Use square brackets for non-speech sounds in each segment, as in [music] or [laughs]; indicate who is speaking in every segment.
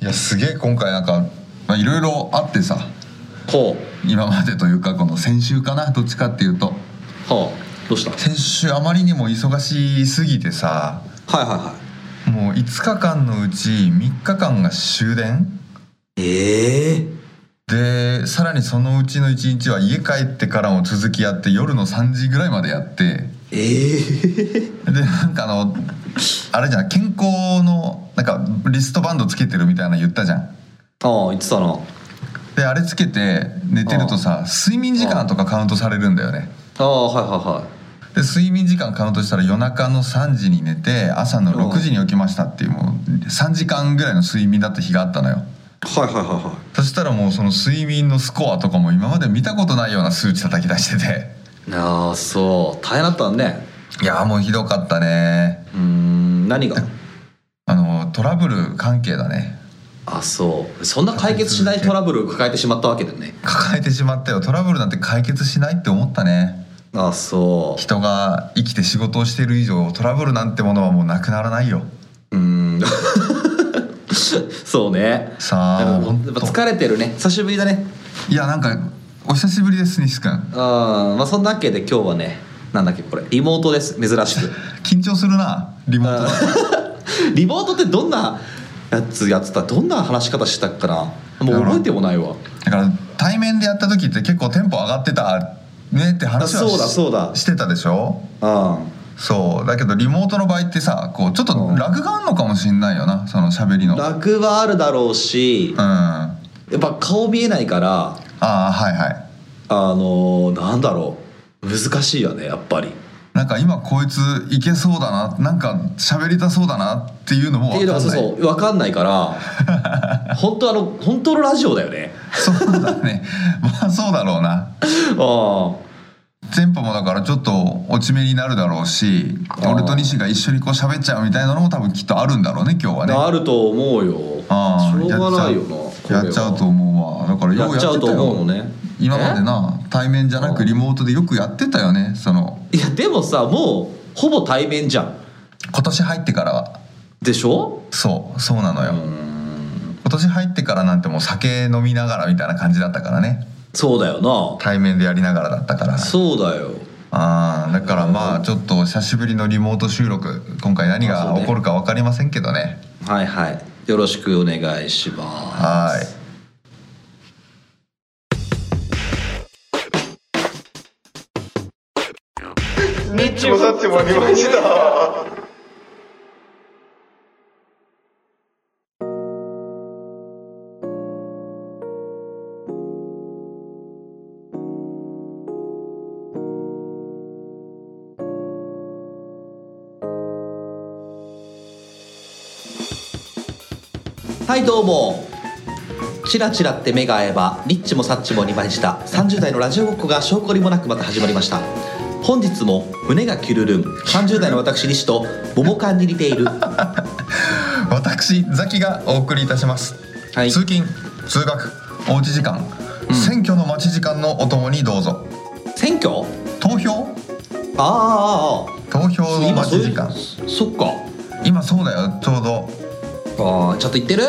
Speaker 1: いやすげえ今回なんかまあいろいろあってさ
Speaker 2: ほ
Speaker 1: 今までというかこの先週かなどっちかっていうと
Speaker 2: うはあどうした
Speaker 1: 先週あまりにも忙しすぎてさ
Speaker 2: はいはいはい
Speaker 1: もう5日間のうち3日間が終電
Speaker 2: ええ
Speaker 1: でさらにそのうちの1日は家帰ってからも続きやって夜の3時ぐらいまでやって
Speaker 2: え
Speaker 1: でなんかあのあれじゃん健康のなんかリストバンドつけてるみたいなの言ったじゃん
Speaker 2: [laughs] ああ言ってたな
Speaker 1: であれつけて寝てるとさ睡眠時間とかカウントされるんだよね
Speaker 2: ああはいはいは
Speaker 1: で睡眠時間カウントしたら夜中の3時に寝て朝の6時に起きましたっていうもう3時間ぐらいの睡眠だった日があったのよ
Speaker 2: いはいはいはいはい
Speaker 1: そしたらもうその睡眠のスコアとかも今まで見たことないような数値叩き出してて
Speaker 2: ああそう大変だったね
Speaker 1: いやーもうひどかったね
Speaker 2: うーん何が
Speaker 1: あのトラブル関係だね
Speaker 2: あそうそんな解決しないトラブルを抱えてしまったわけだね
Speaker 1: 抱えてしまったよトラブルなんて解決しないって思ったね
Speaker 2: ああそう
Speaker 1: 人が生きて仕事をしている以上トラブルなんてものはもうなくならないよ
Speaker 2: うーん [laughs] そうね
Speaker 1: さあ
Speaker 2: なん
Speaker 1: 本
Speaker 2: かやっぱ
Speaker 1: 当
Speaker 2: 疲れてるね久しぶりだね
Speaker 1: いやなんかお久しぶりです西君
Speaker 2: あーまあそんなわけで今日はねなんだっけこれリモートです珍しく
Speaker 1: 緊張するなリモートだと
Speaker 2: [laughs] リモートってどんなやつやってたどんな話し方してたっかなもう覚えてもないわ
Speaker 1: だから対面でやった時って結構テンポ上がってたねって話は
Speaker 2: あそうだ
Speaker 1: し
Speaker 2: そうだ
Speaker 1: してたでしょ
Speaker 2: あ
Speaker 1: そうだけどリモートの場合ってさこうちょっと
Speaker 2: うん
Speaker 1: ラグがあるのかもしんないよなその喋りの
Speaker 2: あ
Speaker 1: うん
Speaker 2: 楽はあるだろうし
Speaker 1: あ
Speaker 2: やっぱ顔見えないから
Speaker 1: あはいはい
Speaker 2: あのーなんだろう難しいよねやっぱりっ
Speaker 1: なんか今こいついけそうだななんか喋りたそうだなっていうのも
Speaker 2: てい
Speaker 1: 分
Speaker 2: う
Speaker 1: か
Speaker 2: のが
Speaker 1: ん
Speaker 2: そう
Speaker 1: ない
Speaker 2: そう分かんないから本当あの本当のラジオだよね
Speaker 1: そうだね [laughs] まあそうだろうな
Speaker 2: あ
Speaker 1: テンポもだからちょっと落ち目になるだろうし
Speaker 2: あー
Speaker 1: 俺と西が一緒にこう喋っちゃうみたいなのも多分きっとあるんだろうね今日は
Speaker 2: あ、
Speaker 1: ね
Speaker 2: あると思うよし
Speaker 1: ああ
Speaker 2: ょうがないよな
Speaker 1: やっちゃうと思うわだから
Speaker 2: これ
Speaker 1: よ
Speaker 2: は
Speaker 1: う
Speaker 2: や
Speaker 1: や
Speaker 2: っ
Speaker 1: って
Speaker 2: ちゃうと
Speaker 1: た
Speaker 2: 思う
Speaker 1: よ
Speaker 2: のね
Speaker 1: 今までな対面じゃな
Speaker 2: う
Speaker 1: く
Speaker 2: ん
Speaker 1: リモートでよくやってたよねその
Speaker 2: いやでもさもうほぼ対面じゃん
Speaker 1: 今年入ってからは
Speaker 2: でしょ
Speaker 1: そうそうなの
Speaker 2: う
Speaker 1: よ
Speaker 2: ん
Speaker 1: 今年入ってからなんてもう酒飲みながらみたいな感じだったからね
Speaker 2: そうだよな
Speaker 1: 対面でやりながらだったから
Speaker 2: そうだよ
Speaker 1: ああだからまあちょっと久しぶりのリモート収録今回何
Speaker 2: あそ
Speaker 1: が
Speaker 2: うね
Speaker 1: 起こるか分かりませんけどね
Speaker 2: はいはいよろしくお願いします
Speaker 1: はーい
Speaker 3: チもサッチもありました。
Speaker 2: はいどうもチラチラって目が合えばリッチもサッチも2倍した30代のラジオごっこが証拠りもなくまた始まりました本日も胸がキュルルン30代の私西と桃缶に似ているは
Speaker 1: 私ザキがお送りいたします、
Speaker 2: はい
Speaker 1: 通勤通学おうち時間、選挙の待ち時間のお供にどうぞ
Speaker 2: 選挙
Speaker 1: 投票
Speaker 2: あーあー
Speaker 1: 投票
Speaker 2: あー
Speaker 1: の待
Speaker 2: そう
Speaker 1: ち
Speaker 2: い
Speaker 1: 時
Speaker 2: う
Speaker 1: 間
Speaker 2: そっか
Speaker 1: 今そうだよちょうど
Speaker 2: あーちょっと言ってる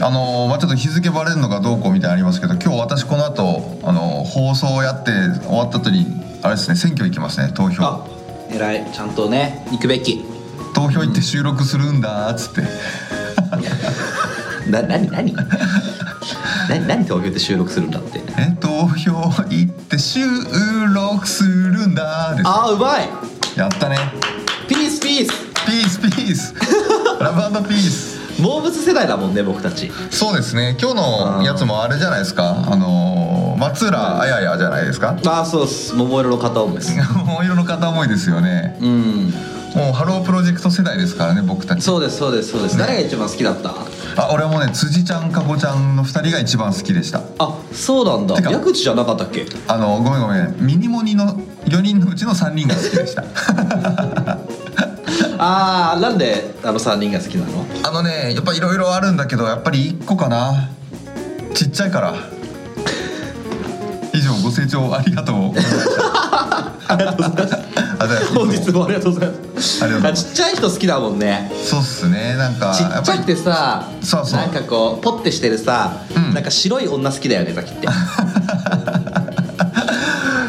Speaker 1: あのーまあ、ちょっと日付バレるのかどうこうみたいなのありますけど今日私この後あのー放送をやって終わった後にあれですね選挙行きますね投票
Speaker 2: あ偉いちゃんとね行くべき
Speaker 1: 投票行って収録するんだーっつって、
Speaker 2: な何何 [laughs] 何何投票って収録するんだって
Speaker 1: え投票行って収録するんだーで
Speaker 2: ああうまい
Speaker 1: すやったね
Speaker 2: ピースピース
Speaker 1: ピースピー
Speaker 2: [laughs]
Speaker 1: スラブピース
Speaker 2: モーブス世代だもんね僕たち
Speaker 1: そうですね今日のやつもあれじゃないですかあのー松浦あややじゃないですか
Speaker 2: ああそうっす桃色の片思いです
Speaker 1: 桃色の片思いですよね
Speaker 2: うん
Speaker 1: もうハロープロジェクト世代ですからね僕たち
Speaker 2: そうですそうですそうです、誰が一番好きだった
Speaker 1: あ俺もね辻ちゃんかごちゃんの2人が一番好きでした
Speaker 2: あそうなんだ
Speaker 1: てか
Speaker 2: 矢口じゃなかったっけ
Speaker 1: あのごめんごめんミニモニの4人のうちの3人が好きでした
Speaker 2: ああなんであの3人が好きなの
Speaker 1: [laughs] あのねやっぱいろいろあるんだけどやっぱり1個かなちっちゃいから [laughs]
Speaker 2: [laughs]
Speaker 1: 以上ご清聴ありがとうございましたありがとうございました方です
Speaker 2: 本日もありがとうございます
Speaker 1: ありがとうございます
Speaker 2: ちっちゃい人好きだもんね
Speaker 1: そうっすねなんか
Speaker 2: ちっちゃくてさ
Speaker 1: そうそう
Speaker 2: なんかこうポッてしてるさ、
Speaker 1: うん
Speaker 2: なんか白い女好きだよねザ
Speaker 1: [laughs]
Speaker 2: キって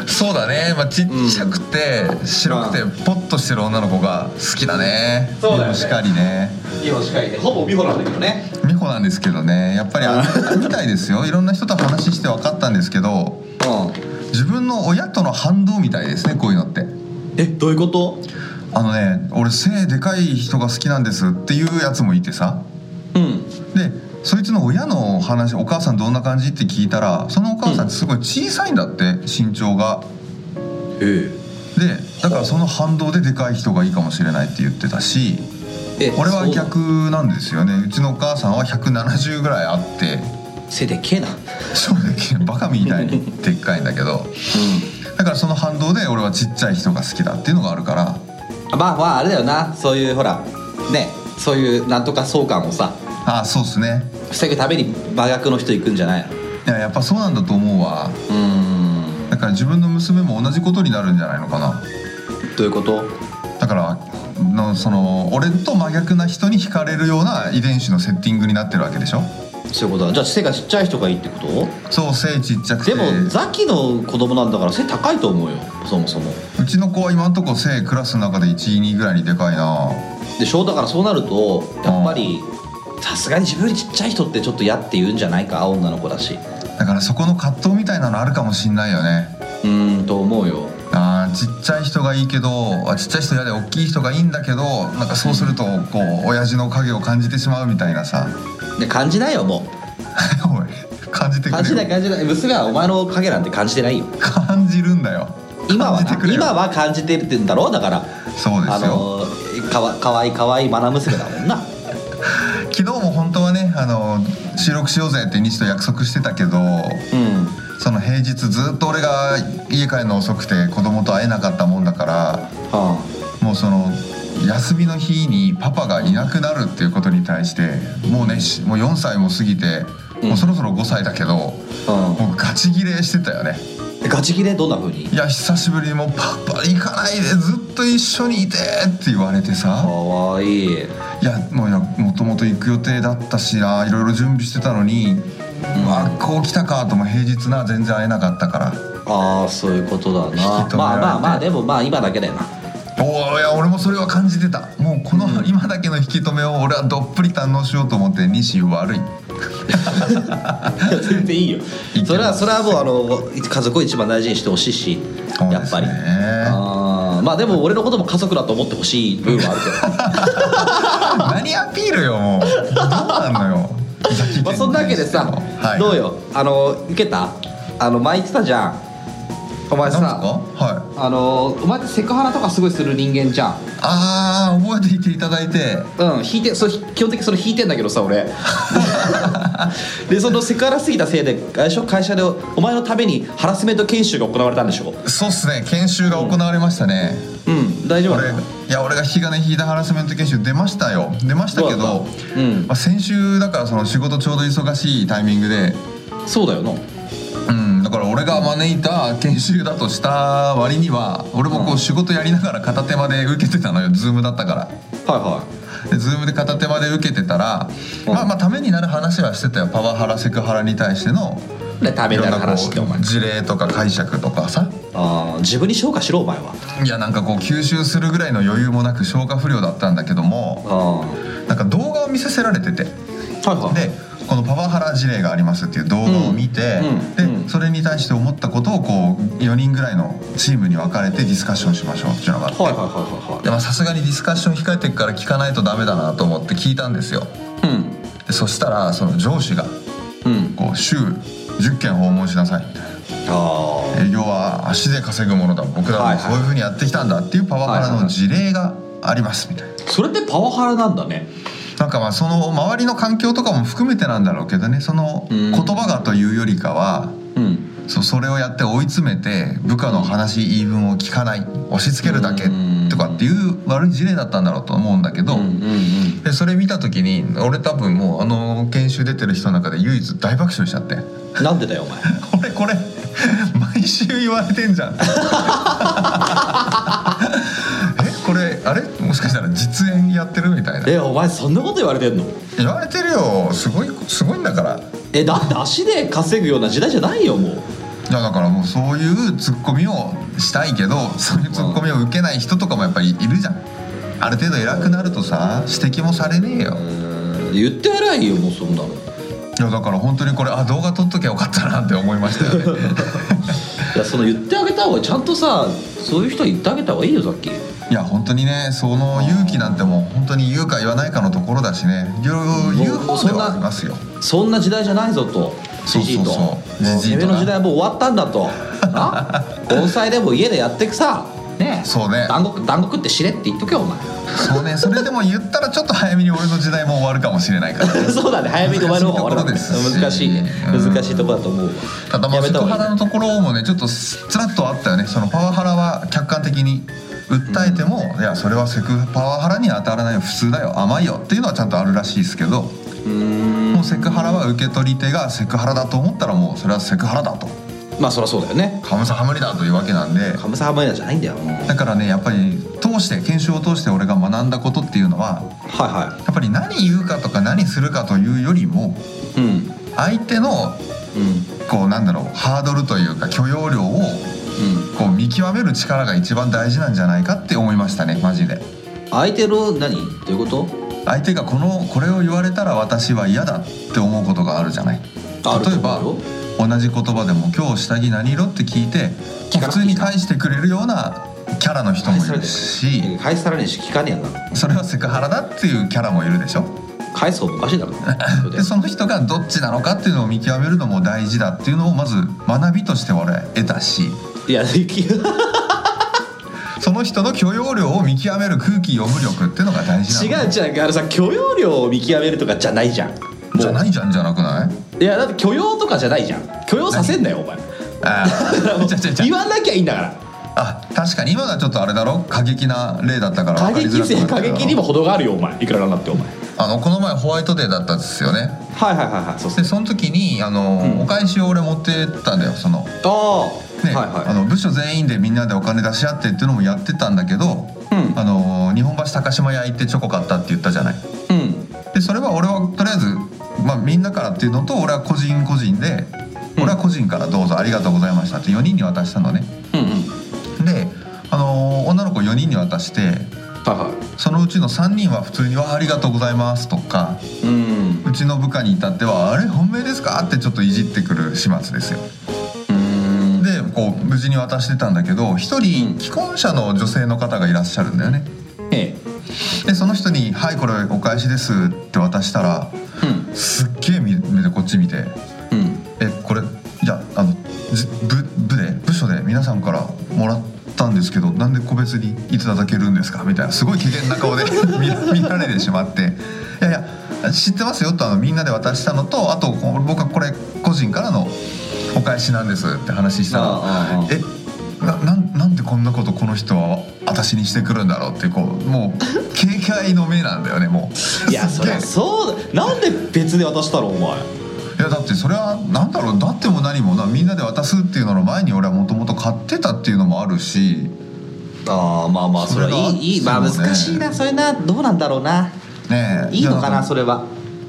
Speaker 1: そうだね、まあ、ちっちゃくて、白くてポッとしてる女の子が好きだね
Speaker 2: そうだよね
Speaker 1: しかりね
Speaker 2: 美穂しかいてほぼ美穂なんだけどね
Speaker 1: 美穂なんですけどねやっぱりあのみたいですよいろんな人と話して分かったんですけど
Speaker 2: う
Speaker 1: 自分の親との反動みたいですねこういうのって
Speaker 2: んえどういうこと
Speaker 1: あのね俺背でかい人が好きなんですっていうやつもいてさ
Speaker 2: うん
Speaker 1: でそいつの親の話お母さんどんな感じって聞いたらそのお母さんってすごい小さいんだって身長が
Speaker 2: え
Speaker 1: でだからその反動ででかい人がいいかもしれないって言ってたし
Speaker 2: え
Speaker 1: 俺は逆なんですよねうちのお母さんは170ぐらいあって
Speaker 2: 背でけえな
Speaker 1: 正直バカみたいにでっかいんだけどだからその反動で俺はちっちゃい人が好きだっていうのがあるから
Speaker 2: うんまあまああれだよなそういうほらねそういうなんとか相関をさ
Speaker 1: ああそうっすね
Speaker 2: 防ぐために真逆の人行くんじゃないの
Speaker 1: いややっぱそうなんだと思うわ
Speaker 2: うーん
Speaker 1: だから自分の娘も同じことになるんじゃないのかな
Speaker 2: どういうこと
Speaker 1: だからのその俺と真逆な人に惹かれるような遺伝子のセッティングになってるわけでしょ
Speaker 2: そういうことだじゃあ背がちっちゃい人がいいってこと
Speaker 1: そう背ちっちゃくて
Speaker 2: でもザキの子供なんだから背高いと思うよそもそも
Speaker 1: うちの子は今んとこ背クラスの中で1位2位ぐらいにでかいな
Speaker 2: でしょだからそうなるとやっぱりさすがに自分よりちっちゃい人ってちょっと嫌って言うんじゃないか女の子だし
Speaker 1: だからそこの葛藤みたいなのあるかもしんないよね
Speaker 2: うーんと思うよ
Speaker 1: あーちっちゃい人がいいけどあちっちゃい人嫌で大きい人がいいんだけどなんかそうするとこう親父の影を感じてしまうみたいなさ [laughs]
Speaker 2: で感じないよも
Speaker 1: おい感じてく
Speaker 2: う感
Speaker 1: れ
Speaker 2: じない
Speaker 1: [laughs] よ
Speaker 2: 感じない娘はお前の影なんて感じてないよ
Speaker 1: 感じるんだよ
Speaker 2: 今は
Speaker 1: 感じてくれよ
Speaker 2: 今は感じてるって言うんだろうだから
Speaker 1: そうで
Speaker 2: あ
Speaker 1: すよ
Speaker 2: のかわかわいいかわいいマナ娘だもんな
Speaker 1: 昨日も本当はねあの収録しようぜって日と約束してたけど
Speaker 2: うん
Speaker 1: その平日ずっと俺が家帰るの遅くて子供と会えなかったもんだから
Speaker 2: は
Speaker 1: もうその休みの日にパパがいなくなるっていうことに対してもうねしもう4歳も過ぎて
Speaker 2: うん
Speaker 1: もうそろそろ5歳だけど、
Speaker 2: あ、
Speaker 1: もうガチギレしてたよね
Speaker 2: うん、ガチ切れどんな風に
Speaker 1: いや久しぶりにもうパパ行かないでずっと一緒にいてって言われて
Speaker 2: か
Speaker 1: さ
Speaker 2: わいい
Speaker 1: いやもういやもともと行く予定だったしないろいろ準備してたのに、うわこう来たかとも平日な全然会えなかったから
Speaker 2: ああそういうことだな
Speaker 1: 引き止められて
Speaker 2: まあまあまあでもまあ今だけだよな
Speaker 1: おーいや俺もそれは感じてたもうこの今だけの引き止めを俺はどっぷり堪能しようと思って西悪い
Speaker 2: いや [laughs] 全然いいよ
Speaker 1: いいけど
Speaker 2: それはそれはもうあの家族を一番大事にしてほしいし
Speaker 1: そう
Speaker 2: や
Speaker 1: で
Speaker 2: っ
Speaker 1: す
Speaker 2: ぱり、
Speaker 1: ね
Speaker 2: あーまあでも俺のことも家族だと思ってほしい部分はある
Speaker 1: [laughs] 何アピールよもうどうなんのよ [laughs]
Speaker 2: けど [laughs] まあそんなわけでさ、
Speaker 1: はい、
Speaker 2: どうよあの受けたあの前言ってたじゃんお前
Speaker 1: 何ですか
Speaker 2: さ
Speaker 1: はい
Speaker 2: あのお前ってセクハラとかすごいする人間じゃん
Speaker 1: あー覚えていていただいて
Speaker 2: うん引いてそれ基本的にそれ引いてんだけどさ
Speaker 1: [laughs]
Speaker 2: 俺でそのセクハラすぎたせいであれでしょ会社でお前のためにハラスメント研修が行われたんでしょ
Speaker 1: そうっすね研修が行われましたね、
Speaker 2: うん大丈夫
Speaker 1: 俺いや俺が引き金引いたハラスメント研修出ましたよ出ましたけ
Speaker 2: どう
Speaker 1: ど
Speaker 2: だったうん
Speaker 1: まあ、先週だからその仕事ちょうど忙しいタイミングで
Speaker 2: そうだよな
Speaker 1: うん、だから俺が招いた研修だとした割には俺もこ
Speaker 2: うん
Speaker 1: う仕事やりながら片手間で受けてたのよズームだったから
Speaker 2: はいは
Speaker 1: でズームで片手間で受けてたら、
Speaker 2: うん
Speaker 1: まあまあためになる話はしてたよパワハラセクハラに対しての
Speaker 2: いでため
Speaker 1: い
Speaker 2: に
Speaker 1: ろ
Speaker 2: なんる
Speaker 1: なこ
Speaker 2: 話ってお前
Speaker 1: う事例とか解釈とかさ
Speaker 2: あー自分に消化しろお前はい
Speaker 1: やなんかこう吸収するぐらいの余裕もなく消化不良だったんだけども
Speaker 2: あ
Speaker 1: なんか動画を見せせられてて。
Speaker 2: ーはいはい
Speaker 1: でこのパワハラ事例がありますっていう動画を見て、
Speaker 2: うんう
Speaker 1: で、
Speaker 2: んうん
Speaker 1: それに対して思ったことをこう4人ぐらいのチームに分かれてディスカッションしましょうっていうのがあって、
Speaker 2: はいはいは
Speaker 1: でまあさすがにディスカッション控えてるから聞かないとダメだなと思って聞いたんですよ
Speaker 2: いはい
Speaker 1: でそしたらその上司が
Speaker 2: うんうん
Speaker 1: こう週10件訪問しなさいみたいな
Speaker 2: あ
Speaker 1: 営業は足で稼ぐものだ僕ら
Speaker 2: はい
Speaker 1: も
Speaker 2: は
Speaker 1: そ
Speaker 2: い
Speaker 1: ういうふうにやってきたんだっていうパワハラの事例がありますみたいな。
Speaker 2: ーそれってパワハラなんだね
Speaker 1: なんかまあその周りの環境とかも含めてなんだろうけどねその
Speaker 2: うん
Speaker 1: 言葉がというよりかは
Speaker 2: うん
Speaker 1: そうそれをやって追い詰めて部下の話言い分を聞かない押し付けるだけ
Speaker 2: うん
Speaker 1: とかっていう悪い事例だったんだろうと思うんだけど、
Speaker 2: うんうん
Speaker 1: でそれ見た時に俺多分もうあの研修出てる人の中で唯一大爆笑しちゃって
Speaker 2: うんなんでだよお
Speaker 1: 俺
Speaker 2: 前
Speaker 1: これ毎週言われてんじゃんもしかしたら実演やってるみたいな
Speaker 2: [laughs] えお前そんなこと言われてんの
Speaker 1: 言われてるよすごいすごいんだからい
Speaker 2: えだって足で稼ぐような時代じゃないよもう
Speaker 1: やだからもうそういうツッコミをしたいけどそういうツッコミを受けない人とかもやっぱりいるじゃんある程度偉くなるとさ指摘もされねえよ
Speaker 2: 言ってやらいよもうそんなのい
Speaker 1: いやだから本当にこれあ動画撮っときゃよかったなって思いましたよね
Speaker 2: やその言ってあげた方がちゃんとさそういう人は言ってあげた方がいいよさっき
Speaker 1: いや本当にねその勇気なんてもう本当に言うか言わないかのところだしね言う言う方ではありますよ
Speaker 2: そんな時代じゃないぞと
Speaker 1: そうそうそう
Speaker 2: じじいと
Speaker 1: もうじじい
Speaker 2: 攻
Speaker 1: とな
Speaker 2: め
Speaker 1: [laughs]
Speaker 2: の時代はもう終わったんだとな盆栽でも家でやってくさねえ
Speaker 1: そうね
Speaker 2: 団子団子食ってしれって言っとけ
Speaker 1: [laughs]
Speaker 2: よお前
Speaker 1: そうねそれでも言ったらちょっと早めに俺の時代も終わるかもしれない
Speaker 2: [laughs]
Speaker 1: から
Speaker 2: そうだね早めに終わる方が終わる
Speaker 1: 難しいところですし
Speaker 2: 難しいね
Speaker 1: うん
Speaker 2: 難しいところだと思うわ
Speaker 1: ただまあ
Speaker 2: やめ
Speaker 1: セ
Speaker 2: た
Speaker 1: ク
Speaker 2: 方
Speaker 1: ハ
Speaker 2: がい
Speaker 1: ラの
Speaker 2: い
Speaker 1: ところもねちょっとすつらっとあったよねそのパワハラは客観的に訴えても、いやそれはセクパワハラには当たらないよ普通だよ甘いよっていうのはちゃんとあるらしいですけど
Speaker 2: うーん
Speaker 1: もうセクハラは受け取り手がセクハラだと思ったらもうそれはセクハラだと
Speaker 2: まあそりゃそうだよね
Speaker 1: ハムサハムリだというわけなんで
Speaker 2: カムサハマイナじゃないんだよはい
Speaker 1: だからねやっぱり通して研修を通して俺が学んだことっていうのは
Speaker 2: は
Speaker 1: やっぱり何言うかとか何するかというよりも
Speaker 2: いうん
Speaker 1: 相手の
Speaker 2: うん
Speaker 1: こうなんだろうハードルというか許容量を
Speaker 2: うん
Speaker 1: こう見極める力が一番大事なんじゃないかって思いましたねマジで
Speaker 2: 相手の何どういうこと
Speaker 1: 相手がこのこれを言われたら私は嫌だって思うことがあるじゃない
Speaker 2: あると
Speaker 1: 例えば
Speaker 2: 思うよ
Speaker 1: 同じ言葉でも「今日下着何色?」って聞いて
Speaker 2: 聞かな
Speaker 1: 普
Speaker 2: い
Speaker 1: 通に返してくれるようなキャラの人もいるし
Speaker 2: 返さらねえし聞かねえやな
Speaker 1: それはセクハラだっていうキャラもいるでしょ
Speaker 2: 返す方がお
Speaker 1: [laughs]
Speaker 2: かしいだろそれ
Speaker 1: で
Speaker 2: で
Speaker 1: その人がどっちなのかっていうのを見極めるのも大事だっていうのをまず学びとして俺は得たし
Speaker 2: いやでき違
Speaker 1: その人の許容量を見極める空気読む力っていうのが大事なの
Speaker 2: う違うあのさ許容量を見極めるとかじゃないじゃんもう
Speaker 1: じゃないじゃんじゃなくない
Speaker 2: いやだって許容とかじゃないじゃん許容させんなよお前
Speaker 1: あ
Speaker 2: [laughs]
Speaker 1: ーじゃじゃじゃ
Speaker 2: 言わなきゃいいんだから
Speaker 1: あ確かに今のはちょっとあれだろ過激な例だったから
Speaker 2: 過
Speaker 1: 分かりづ
Speaker 2: 激
Speaker 1: らくな
Speaker 2: 性
Speaker 1: った
Speaker 2: 過
Speaker 1: けど
Speaker 2: 激にも程があるよお前いくらなんだってお前
Speaker 1: あのこの前ホワイトデーだったんですよね
Speaker 2: はいはいはいはいそう
Speaker 1: でその時にあの、
Speaker 2: うん
Speaker 1: お返しを俺持ってったんだよそのね、
Speaker 2: ああ、はい
Speaker 1: あ
Speaker 2: は
Speaker 1: の部署全員でみんなでお金出し合ってっていうのもやってたんだけど、
Speaker 2: うん
Speaker 1: あの日本橋高島屋行ってチョコ買ったって言ったじゃない
Speaker 2: いうん
Speaker 1: でそれは俺はとりあえず、まあ、みんなからっていうのと俺は個人個人で、
Speaker 2: うん
Speaker 1: 俺は個人からどうぞありがとうございましたって4人に渡したのね
Speaker 2: うんうん
Speaker 1: で、あのー女の子4人に渡して
Speaker 2: はいは
Speaker 1: そのうちの3人は普通に「わあありがとうございます」とか
Speaker 2: いうん
Speaker 1: うちの部下に至っては「あれ本命ですか?」ってちょっといじってくる始末ですよ
Speaker 2: うん
Speaker 1: でこう無事に渡してたんだけど一
Speaker 2: うん
Speaker 1: 人既婚者の女性の方がいらっしゃるんだよね
Speaker 2: ええ
Speaker 1: でその人に「はいこれお返しです」って渡したら
Speaker 2: うん
Speaker 1: すっげえ見目でこっち見て
Speaker 2: うん
Speaker 1: えこれいやあのじ部部で部署で皆さんからもらったんですけどなんで個別にいただけるんですかみたいなすごい機嫌な顔で [laughs] 見ら見られてしまって「いやいや知ってますよ」とあのみんなで渡したのとあとこ僕はこれ個人からのお返しなんですって話した
Speaker 2: ああああ
Speaker 1: ら「えななんなんでこんなことこの人は私にしてくるんだろう」ってこうもう警戒の目なんだよねもう。
Speaker 2: いや
Speaker 1: す
Speaker 2: そ
Speaker 1: っげ
Speaker 2: り
Speaker 1: え
Speaker 2: ゃそうだなんで別で渡したのお前
Speaker 1: いやだってそれはなんだろうだっても何もなみんなで渡すっていうのの前に俺はもともと買ってたっていうのもあるし
Speaker 2: ああまあまあそれ
Speaker 1: それが
Speaker 2: はいいいいまあ
Speaker 1: そうね
Speaker 2: 難しいなそれなどうなんだろうな
Speaker 1: ねえ
Speaker 2: いいのか
Speaker 1: や
Speaker 2: なんそれは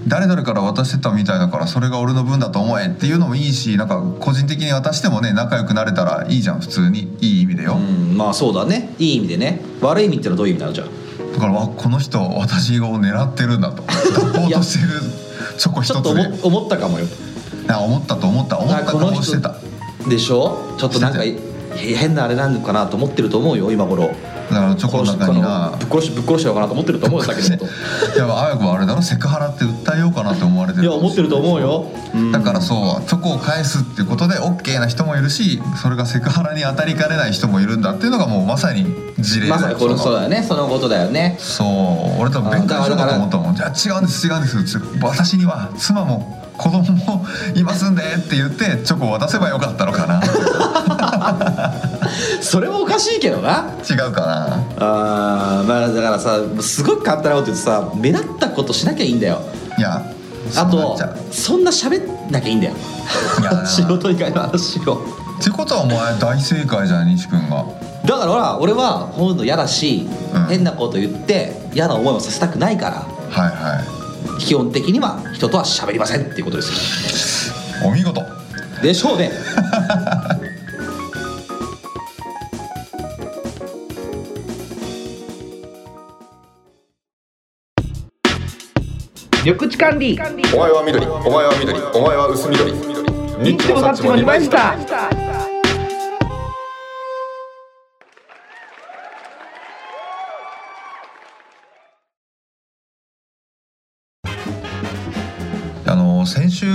Speaker 1: 誰々から渡してたみたいだからそれが俺の分だと思えっていうのもいいしなんか個人的に渡してもね仲良くなれたらいいじゃん普通にいい意味で
Speaker 2: う
Speaker 1: よ、
Speaker 2: んまあそうだねいい意味でね悪い意味ってのはどういう意味なのじゃあ
Speaker 1: だからわこの人私を狙ってるん
Speaker 2: [laughs]
Speaker 1: だと脱法としてるチョコ
Speaker 2: ちょ
Speaker 1: 一
Speaker 2: っと
Speaker 1: つ
Speaker 2: 思
Speaker 1: で
Speaker 2: 思ったかもよ
Speaker 1: な思ったと思った思った
Speaker 2: あこの
Speaker 1: 顔
Speaker 2: 人
Speaker 1: してた
Speaker 2: でしょちょっとなんか
Speaker 1: して
Speaker 2: へ変なあれなのかなと思ってると思うよ今頃
Speaker 1: だからチョコの
Speaker 2: 殺し
Speaker 1: 中にな
Speaker 2: ぶっ殺しぶっ殺しようかなと思ってると思
Speaker 1: [laughs]
Speaker 2: うよ先のこ
Speaker 1: いやあや子はあれだろセクハラって訴えようかなって思われて
Speaker 2: と
Speaker 1: る
Speaker 2: い
Speaker 1: か
Speaker 2: や
Speaker 1: もしれな
Speaker 2: 思ってると思うようん
Speaker 1: だからそうチョコを返すっていうことで OK な人もいるしそれがセクハラに当たりかねない人もいるんだっていうのがもうまさに事例だよ
Speaker 2: まさにこの
Speaker 1: そ
Speaker 2: そう
Speaker 1: の
Speaker 2: だよねそのことだよね
Speaker 1: そう俺多分弁解しようかと思ったもんじゃあ違うんです違うんです私には妻も子供もいますんでって言ってチョコを渡せばよかったの
Speaker 2: [laughs]
Speaker 1: かな
Speaker 2: それもおかしいけどな
Speaker 1: 違うかな
Speaker 2: あーまあだからさすごく簡単なこと言うとさ目立ったことしなきゃいいんだよ
Speaker 1: いや
Speaker 2: あ
Speaker 1: そうな
Speaker 2: と
Speaker 1: っちゃう
Speaker 2: そんな喋んなきゃいいんだよ
Speaker 1: いやー
Speaker 2: [laughs] 仕事以外の話を
Speaker 1: ってことはお前大正解じゃん西君が
Speaker 2: だから俺はほんの嫌だし、
Speaker 1: うん
Speaker 2: 変なこと言って嫌な思いもさせたくないから
Speaker 1: はいは
Speaker 2: 基本的には人とは喋りませんっていうことです
Speaker 1: いお見事
Speaker 2: よでしょうね
Speaker 4: [laughs] 緑地管理
Speaker 1: お前は緑お前は緑お前は薄緑ニッチもサッチも2枚下あの先週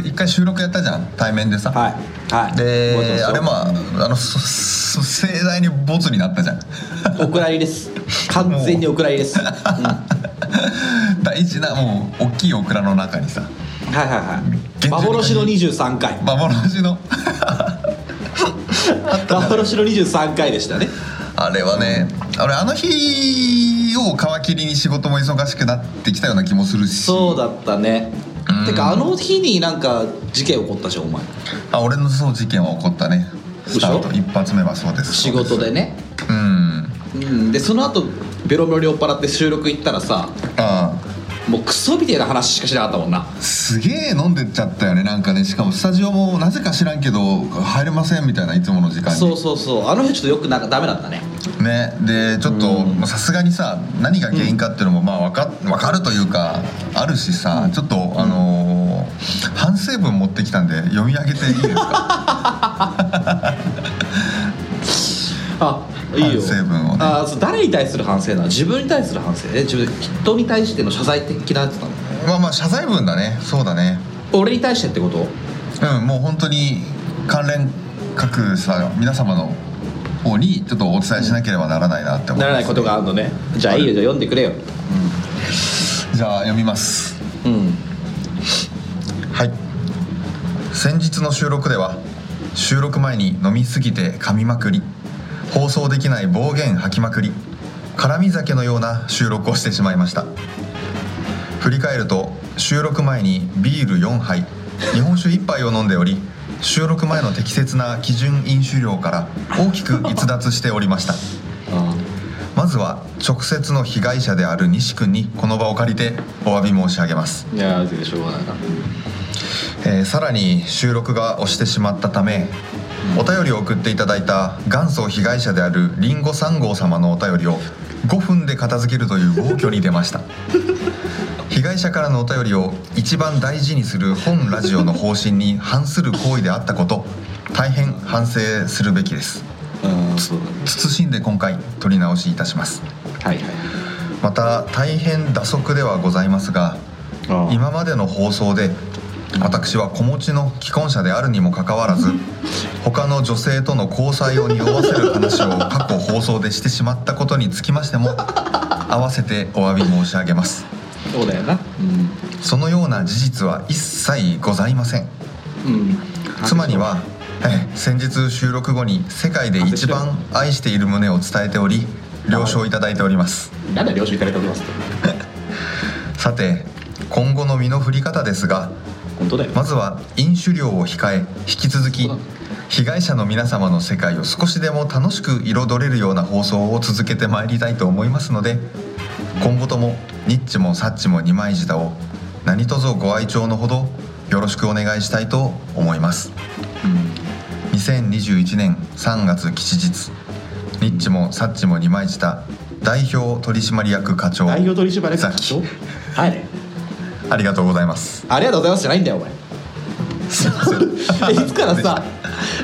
Speaker 1: 一回収録やったじゃん対面でさ、
Speaker 2: はいはい覚えて
Speaker 1: で
Speaker 2: ます
Speaker 1: あ
Speaker 2: よ
Speaker 1: れまああのそそ盛大にボツになったじゃん [laughs]
Speaker 2: お蔵入りです完全にお蔵入りです、うん、はい
Speaker 1: 大事なもう大きいオクラの中にさ
Speaker 2: はいはい幻の23回
Speaker 1: 幻の [laughs]
Speaker 2: 幻の23回でしたね
Speaker 1: あれはね俺あの日を皮切りに仕事も忙しくなってきたような気もするし
Speaker 2: そうだったね
Speaker 1: うん
Speaker 2: てかあの日になんか事件起こったじゃんお前
Speaker 1: あ俺のそう事件は起こったねス
Speaker 2: でし
Speaker 1: タ
Speaker 2: ょ
Speaker 1: ート一発目はそうです
Speaker 2: 仕事でね
Speaker 1: うん
Speaker 2: うんでその後ベロベロに酔っ払って収録行ったらさ
Speaker 1: あ
Speaker 2: もうクソみたいな話しかしなかったもんな
Speaker 1: あすげえ飲んでっちゃったよねなんかねしかもスタジオもなぜか知らんけど入れませんみたいないつもの時間に
Speaker 2: そうそうそうあの日ちょっとよくなんかダメだったね
Speaker 1: ねでちょっとまあさすがにさ何が原因かっていうのもまあ分かわかるというかあるしさ、ちょっとあのー反省文持ってきたんで読み上げていいです
Speaker 2: [laughs]
Speaker 1: か
Speaker 2: あいいよ
Speaker 1: 反省文をね
Speaker 2: あそう誰に対する反省なの自分に対する反省え自分人に対しての謝罪的なやつなの
Speaker 1: まあまあ謝罪文だねそうだね
Speaker 2: 俺に対してってこと
Speaker 1: うんもう本当に関連各さ皆様の方にちょっとお伝えしなければならないなって思います、
Speaker 2: ならないことがあるのねじゃあいいよじゃあ読んでくれよ
Speaker 1: じゃあ読みます
Speaker 2: うん
Speaker 1: はい先日の収録では収録前に飲みすぎて噛みまくり放送できない暴言吐きまくり絡み酒のような収録をしてしまいました振り返ると収録前にビール4杯日本酒1杯を飲んでおり収録前の適切な基準飲酒量から大きく逸脱しておりました
Speaker 2: あ
Speaker 1: まずは直接の被害者である西君にこの場を借りてお詫び申し上げます
Speaker 2: いやーしょうがないな
Speaker 1: えーさらに収録が押してしまったためお便りを送っていただいた元祖被害者であるリンゴ3号様のお便りを5分で片付けるという暴挙に出ました被害者からのお便りを一番大事にする本ラジオの方針に反する行為であったこと大変反省するべきです
Speaker 2: うんそう
Speaker 1: 謹んで今回取り直しいたします
Speaker 2: だはいはい
Speaker 1: また大変打足ではございますが
Speaker 2: あ
Speaker 1: 今までの放送で私は子持ちの既婚者であるにもかかわらず他の女性との交際を匂わせる話を過去放送でしてしまったことにつきましても合わせてお詫び申し上げます
Speaker 2: そうだよな
Speaker 1: そのような事実は一切ございません
Speaker 2: うん、うん、
Speaker 1: 妻にはええ先日収録後に世界で一番愛している旨を伝えており了承いただいております
Speaker 2: なんだ領収いただいておりますって
Speaker 1: さて今後の身の振り方ですが
Speaker 2: 本当だよ
Speaker 1: まずは飲酒量を控え引き続き被害者の皆様の世界を少しでも楽しく彩れるような放送を続けてまいりたいと思いますので今後ともニッチもサッチも二枚舌を何卒ご愛聴のほどよろしくお願いしたいと思います2021年3月吉日ニッチもサッチも二枚舌代表取締役課長
Speaker 2: 代表取締役
Speaker 1: さっ
Speaker 2: で
Speaker 1: き
Speaker 2: しょはいね
Speaker 1: ありがとうございます
Speaker 2: ありがとうございますじゃないんだよお前え [laughs] いつから
Speaker 1: [laughs]
Speaker 2: さ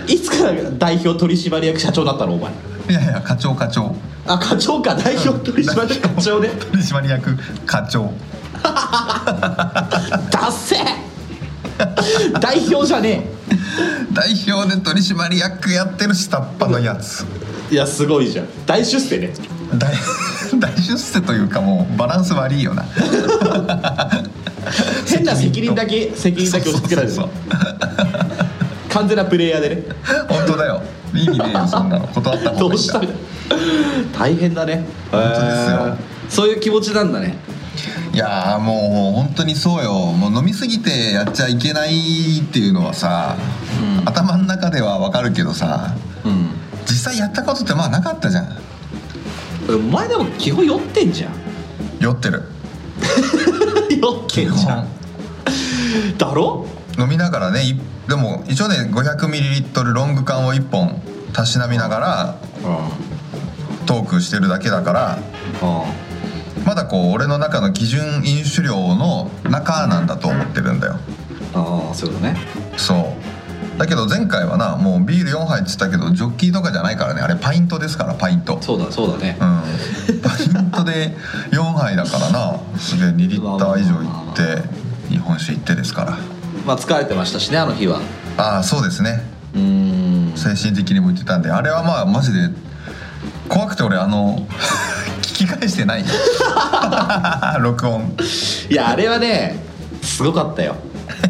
Speaker 2: いつから代表取締役社長だったのお前
Speaker 1: いやいや課長課長
Speaker 2: あ課長か代表取締役課長ね
Speaker 1: 取締役課長
Speaker 2: ダッセー代表じゃね
Speaker 1: 代表で取締役やってる下っ端のやつ
Speaker 2: えいやすごいじゃん大出世ね
Speaker 1: [laughs] 大大出世というかもうバランス悪いよな
Speaker 2: 変な責任だけ責任だけ押し付けられる
Speaker 1: そう
Speaker 2: 完全なプレイヤーでね
Speaker 1: 本当だよ意味ねえよそんなの断った方がいいんだ
Speaker 2: どうしたみたいな大変だね
Speaker 1: 本当ですよ
Speaker 2: へーそういう気持ちなんだね
Speaker 1: いやーもう本当にそうよもう飲みすぎてやっちゃいけないっていうのはさ、頭の中ではわかるけどさ
Speaker 2: うん
Speaker 1: 実際やったことってまあなかったじゃん
Speaker 2: お前でも基本酔ってんじゃん
Speaker 1: 酔ってる
Speaker 2: [laughs] 酔ってんじゃんだろ
Speaker 1: 飲みながらねいでも一応ね 500ml ロング缶を1本たしなみながら
Speaker 2: うん
Speaker 1: トークしてるだけだからまだこう俺の中の基準飲酒量の中なんだと思ってるんだよ
Speaker 2: ああそういうことね
Speaker 1: そうだけど前回はなもうビール4杯っつったけどジョッキーとかじゃないからねあれパイントですからパイント
Speaker 2: そうだそうだね
Speaker 1: うん、パイントで4杯だからなすげえ2リッター以上いって日本酒いってですから
Speaker 2: まあ疲れてましたしねあの日は
Speaker 1: ああそうですね
Speaker 2: うーん
Speaker 1: 精神的にも言ってたんであれはまあマジで怖くて俺あの [laughs] 聞き返してない [laughs] 録音
Speaker 2: いやあれはねすごかったよ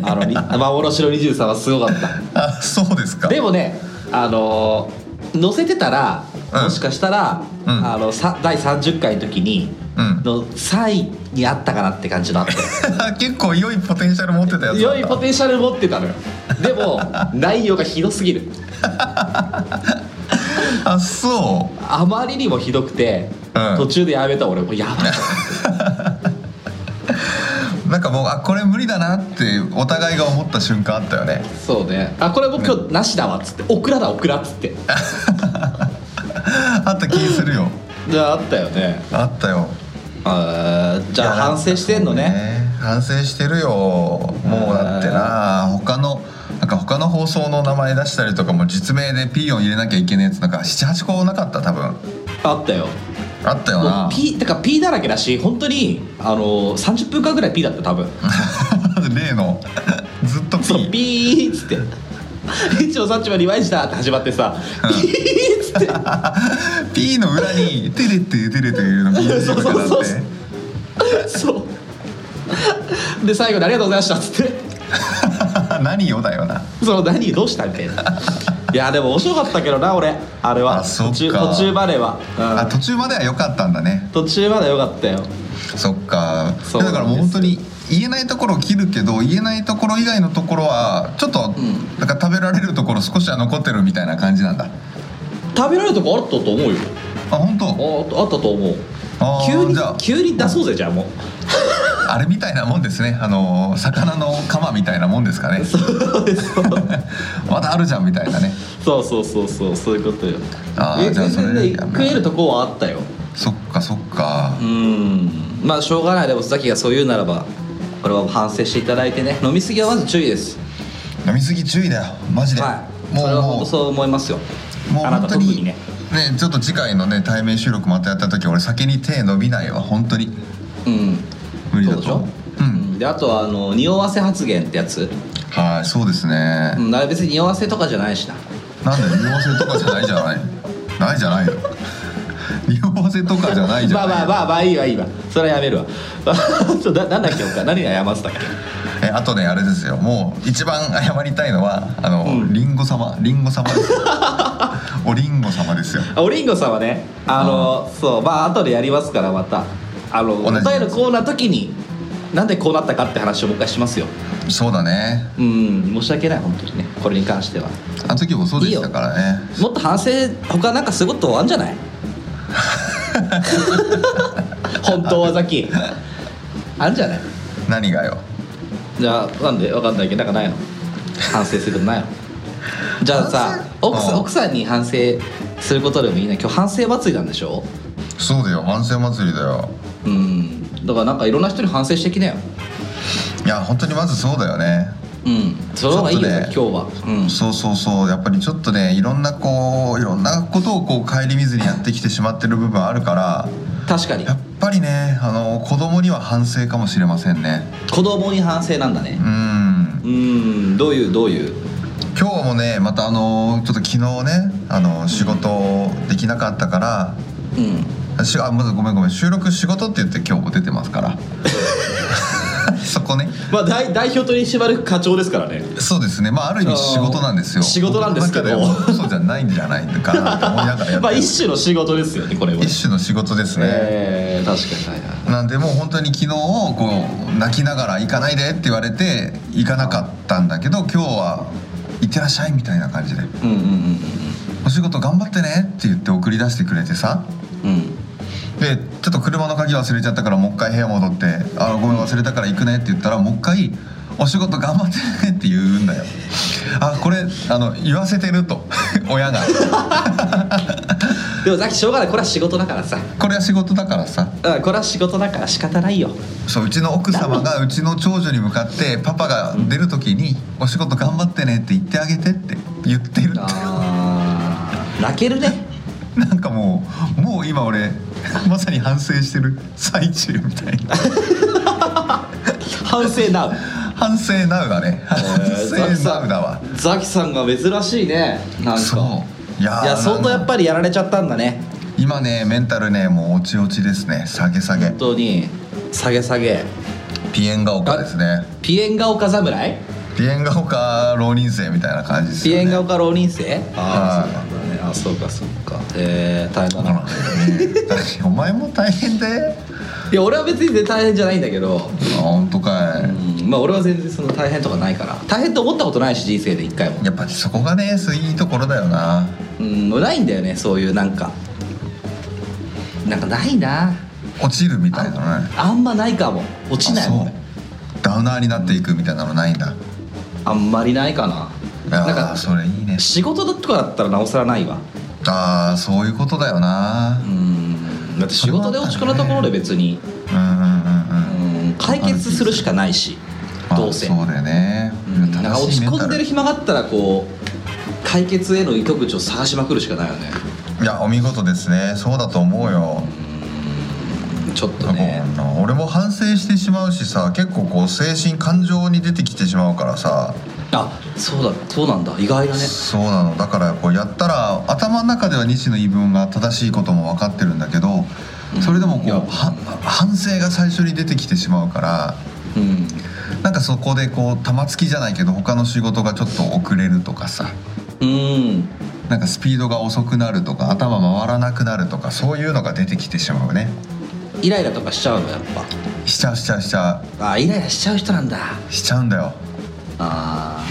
Speaker 2: あのに [laughs] 幻の23はすごかった
Speaker 1: あそうですか
Speaker 2: でもねあのー載せてたら
Speaker 1: うん
Speaker 2: もしかしたら、
Speaker 1: うん
Speaker 2: あのさ第30回の時に
Speaker 1: うん
Speaker 2: の3位にあったかなって感
Speaker 1: [laughs]
Speaker 2: じのあって
Speaker 1: 結構良いポテンシャル持ってたやつだっ
Speaker 2: 良
Speaker 1: た
Speaker 2: いポテンシャル持ってたのよで
Speaker 1: [laughs]
Speaker 2: も内容がひどすぎる
Speaker 1: あそ
Speaker 2: あまりにもひどくて、
Speaker 1: うん
Speaker 2: 途中でやめた俺もうやばい
Speaker 1: うなんかもうあこれ無理だなってお互いが思った瞬間あったよね [laughs]
Speaker 2: そうねあこれもう今日なしだわっつってオクラだオクラっつって
Speaker 1: あった気するよ
Speaker 2: であったよね
Speaker 1: あったよ
Speaker 2: あーじゃ
Speaker 1: いや
Speaker 2: あ反省してんのね
Speaker 1: 反省してるよもうだってな他のなんか他の放送の名前出したりとかも実名でピーヨン入れなきゃいけないやつなんか78個なかった多分
Speaker 2: あったよ
Speaker 1: あったよ
Speaker 2: も
Speaker 1: な
Speaker 2: う P だから P だらけだし本当にあの30分間ぐらい P だった多分
Speaker 1: [laughs] 例のずっとピ
Speaker 2: そう
Speaker 1: [laughs] ー
Speaker 2: ピーっつって「一応さっちはリワインした」って始まってさ「ピー」っつって
Speaker 1: ピーの裏に「テレテテレテ」の BGM があ
Speaker 2: そうそうそ
Speaker 1: って
Speaker 2: うそうそうで最後に「ありがとうございました」っつって
Speaker 1: [laughs] 何よだよな
Speaker 2: その何どうしたみたいないやでも面白かったけどな俺あれは
Speaker 1: あそっ
Speaker 2: 途
Speaker 1: か
Speaker 2: 中途中までは、うん
Speaker 1: あ途中までは良かったんだね
Speaker 2: 途中までよかったよ
Speaker 1: そっか
Speaker 2: そうな
Speaker 1: だ
Speaker 2: んです
Speaker 1: からもう本当に言えないところを切るけど言えないところ以外のところはちょっと、
Speaker 2: ん
Speaker 1: だから食べられるところ少しは残ってるみたいな感じなんだ
Speaker 2: 食べられるとこあったと思うよ
Speaker 1: あ本
Speaker 2: あ
Speaker 1: 当
Speaker 2: あったと思う
Speaker 1: あー
Speaker 2: 急に
Speaker 1: じゃあ
Speaker 2: 急に出そうぜじゃあも
Speaker 1: [laughs]
Speaker 2: う
Speaker 1: あれみたいなもんですねあの魚の釜みたいなもんですかね
Speaker 2: そうですそう
Speaker 1: [laughs] まだあるじゃんみたいなね
Speaker 2: そうそうそうそうそういうことよ
Speaker 1: あー
Speaker 2: え
Speaker 1: じゃあ
Speaker 2: 全
Speaker 1: それ
Speaker 2: 然
Speaker 1: で
Speaker 2: ね食えるとこはあったよ
Speaker 1: そっかそっか
Speaker 2: うんまあしょうがないでもさっきがそう言うならばこれは反省していただいてね飲みすぎはまず注意です
Speaker 1: 飲みすぎ注意だよマジで、
Speaker 2: はい
Speaker 1: も
Speaker 2: そうれは
Speaker 1: も
Speaker 2: 本
Speaker 1: う
Speaker 2: 当そう思いますよ
Speaker 1: もう
Speaker 2: あな
Speaker 1: 本
Speaker 2: た
Speaker 1: 当
Speaker 2: 特
Speaker 1: に
Speaker 2: に
Speaker 1: ね
Speaker 2: ね
Speaker 1: ちょっと次回のね対面収録またやった時俺先に手伸びないわ本当に
Speaker 2: うん
Speaker 1: 無理だ
Speaker 2: そう
Speaker 1: と
Speaker 2: でしょ
Speaker 1: うん
Speaker 2: であとはあの匂わせ発言ってやつ、
Speaker 1: はいそうですね、
Speaker 2: うん、あれ別に匂わせとかじゃないしな
Speaker 1: なんだよ匂わせとかじゃないじゃないないじゃないよ [laughs] 匂わせとかじゃないじ
Speaker 2: ま
Speaker 1: ゃ
Speaker 2: あ
Speaker 1: ない
Speaker 2: まあまあまあいいわいいわそれはやめるわ [laughs] そうななんだっけ他何に謝ってたっけ
Speaker 1: えあとねあれですよもう一番謝りたいのはあの、
Speaker 2: うん
Speaker 1: リンゴ様リンゴ様です
Speaker 2: [laughs]
Speaker 1: おリンゴ様ですよ
Speaker 2: あおりんごさんはねあの、そうまあ後でやりますからまたあの
Speaker 1: 同じです
Speaker 2: 答えるコーナーの時になんでこうなったかって話をもう一回しますよ
Speaker 1: そうだね
Speaker 2: うん申し訳ない本当にねこれに関しては
Speaker 1: あの時もそうでしたからね
Speaker 2: もっと反省他なんかすごいことあんじゃない
Speaker 1: [laughs]
Speaker 2: 本当はザキあんじゃない
Speaker 1: 何がよ
Speaker 2: じゃあなんでわかんないけどなんかないの反省することないのじゃあ
Speaker 1: 反
Speaker 2: さ
Speaker 1: 省
Speaker 2: 奥さ
Speaker 1: うん
Speaker 2: ん奥さんに反省することでもいいな今日反省祭りなんでしょ
Speaker 1: そうだよ反省祭りだよ
Speaker 2: うんだからなんかいろんな人に反省してきなよ
Speaker 1: いや本当にまずそうだよね
Speaker 2: うんその方がいいよ、
Speaker 1: ちょっと
Speaker 2: ね
Speaker 1: ね、
Speaker 2: 今日はうん
Speaker 1: そうそうそうやっぱりちょっとねいろんなこういろんなことをこう顧みずにやってきてしまってる部分あるから
Speaker 2: 確かに
Speaker 1: やっぱりねあの子供には反省かもしれませんね
Speaker 2: 子供に反省なんだ
Speaker 1: う
Speaker 2: ね
Speaker 1: ん
Speaker 2: うんどういうどういう
Speaker 1: 今日もねまたあのちょっと昨日ねあの仕事できなかったから、
Speaker 2: うん
Speaker 1: しあまずごめんごめん収録仕事って言って今日も出てますから [laughs] そこね
Speaker 2: まあ代代表取締役課長ですからね
Speaker 1: そうですねまあある意味仕事なんですよ
Speaker 2: あー仕事なんですけど
Speaker 1: 僕の中ではそうじゃないんじゃないかなって思いながらやって
Speaker 2: [laughs] まあ
Speaker 1: る
Speaker 2: 一種の仕事ですよねこれは
Speaker 1: 一種の仕事ですね、
Speaker 2: えー、確かにはいは
Speaker 1: な
Speaker 2: い
Speaker 1: んでもう本当に昨日こう泣きながら「行かないで」って言われて行かなかったんだけど今日は「行ってらっしゃい」みたいな感じで
Speaker 2: うんうんうんうん
Speaker 1: お仕事頑張ってね」って言って送り出してくれてさ
Speaker 2: うん
Speaker 1: でちょっと車の鍵忘れちゃったからもう一回部屋戻って「あごめん忘れたから行くね」って言ったらもう一回「お仕事頑張ってね」って言うんだよあこれあの言わせてると [laughs] 親が
Speaker 2: でもさっきしょうがないこれは仕事だからさ
Speaker 1: これは仕事だからさ
Speaker 2: うんこれは仕事だから仕方ないよ
Speaker 1: そううちの奥様がうちの長女に向かってパパが出る時に「お仕事頑張ってね」って言ってあげてって言ってる
Speaker 2: あー泣けるね
Speaker 1: なんかもうもう今俺まさに反省してる最中みたいな
Speaker 2: 反省なう
Speaker 1: 反省ナウだね反省ナウだわ
Speaker 2: ザキさんが珍しいねなんか
Speaker 1: そういやー
Speaker 2: いや相当やっぱりやられちゃったんだね
Speaker 1: 今ねメンタルねもう落ち落ちですね下げ下げ
Speaker 2: 本当に下げ下げ
Speaker 1: ピエンが丘ですね
Speaker 2: ピエンガオカ侍
Speaker 1: ピエンが丘浪人生みたいな感じです
Speaker 2: ピ
Speaker 1: よね
Speaker 2: エンガオカ浪人生
Speaker 1: あー
Speaker 2: そうなんだねあそうかそうかえー、大変だな
Speaker 1: 丘お前も大変で
Speaker 2: いや俺は別に全然大変じゃないんだけど
Speaker 1: あ本当かい、
Speaker 2: うんまあ俺は全然その大変とかないから大変って思ったことないし人生で一回も
Speaker 1: やっぱりそこがねいいところだよな
Speaker 2: うんないんだよねそういうなんかなんかないな
Speaker 1: 落ちるみたいなね
Speaker 2: あんまないかも落ちないもん
Speaker 1: あそうダウナーになっていくみたいなのないんだ
Speaker 2: あんまりないかな
Speaker 1: あ
Speaker 2: なん
Speaker 1: ー
Speaker 2: か
Speaker 1: それいいね
Speaker 2: 仕事とかだったらなおさらないわ
Speaker 1: ああそういうことだよな
Speaker 2: う、んだって仕事で落ち込んだところで別に、
Speaker 1: うん、うんうんうん
Speaker 2: うん、解決するしかないし
Speaker 1: まあ
Speaker 2: どうせ、
Speaker 1: そうだよね、
Speaker 2: うんなんか
Speaker 1: 正
Speaker 2: 落
Speaker 1: しい
Speaker 2: ち
Speaker 1: メンタル
Speaker 2: 込んでる暇があったらこう解決への糸口を探しまくるしかないよね
Speaker 1: いやお見事ですねそうだと思うよ、
Speaker 2: ちょっと
Speaker 1: なんか
Speaker 2: ね
Speaker 1: もう俺も反省してしまうしさ結構こう精神感情に出てきてしまうからさ
Speaker 2: あそうだそうなんだ意外だね
Speaker 1: そうなのだからこうやったら頭の中では西の言い分が正しいことも分かってるんだけどそれでもこう、
Speaker 2: いや
Speaker 1: は反省が最初に出てきてしまうから
Speaker 2: うん
Speaker 1: なんかそこでこう玉突きじゃないけど他の仕事がちょっと遅れるとかさ
Speaker 2: うん
Speaker 1: なんかスピードが遅くなるとか頭回らなくなるとかそういうのが出てきてしまうね
Speaker 2: イライラとかしちゃうのやっ
Speaker 1: しちゃうしちゃうしちゃ
Speaker 2: ぱあイライラしちゃう人なんだ
Speaker 1: うしちゃうんだよ
Speaker 2: あ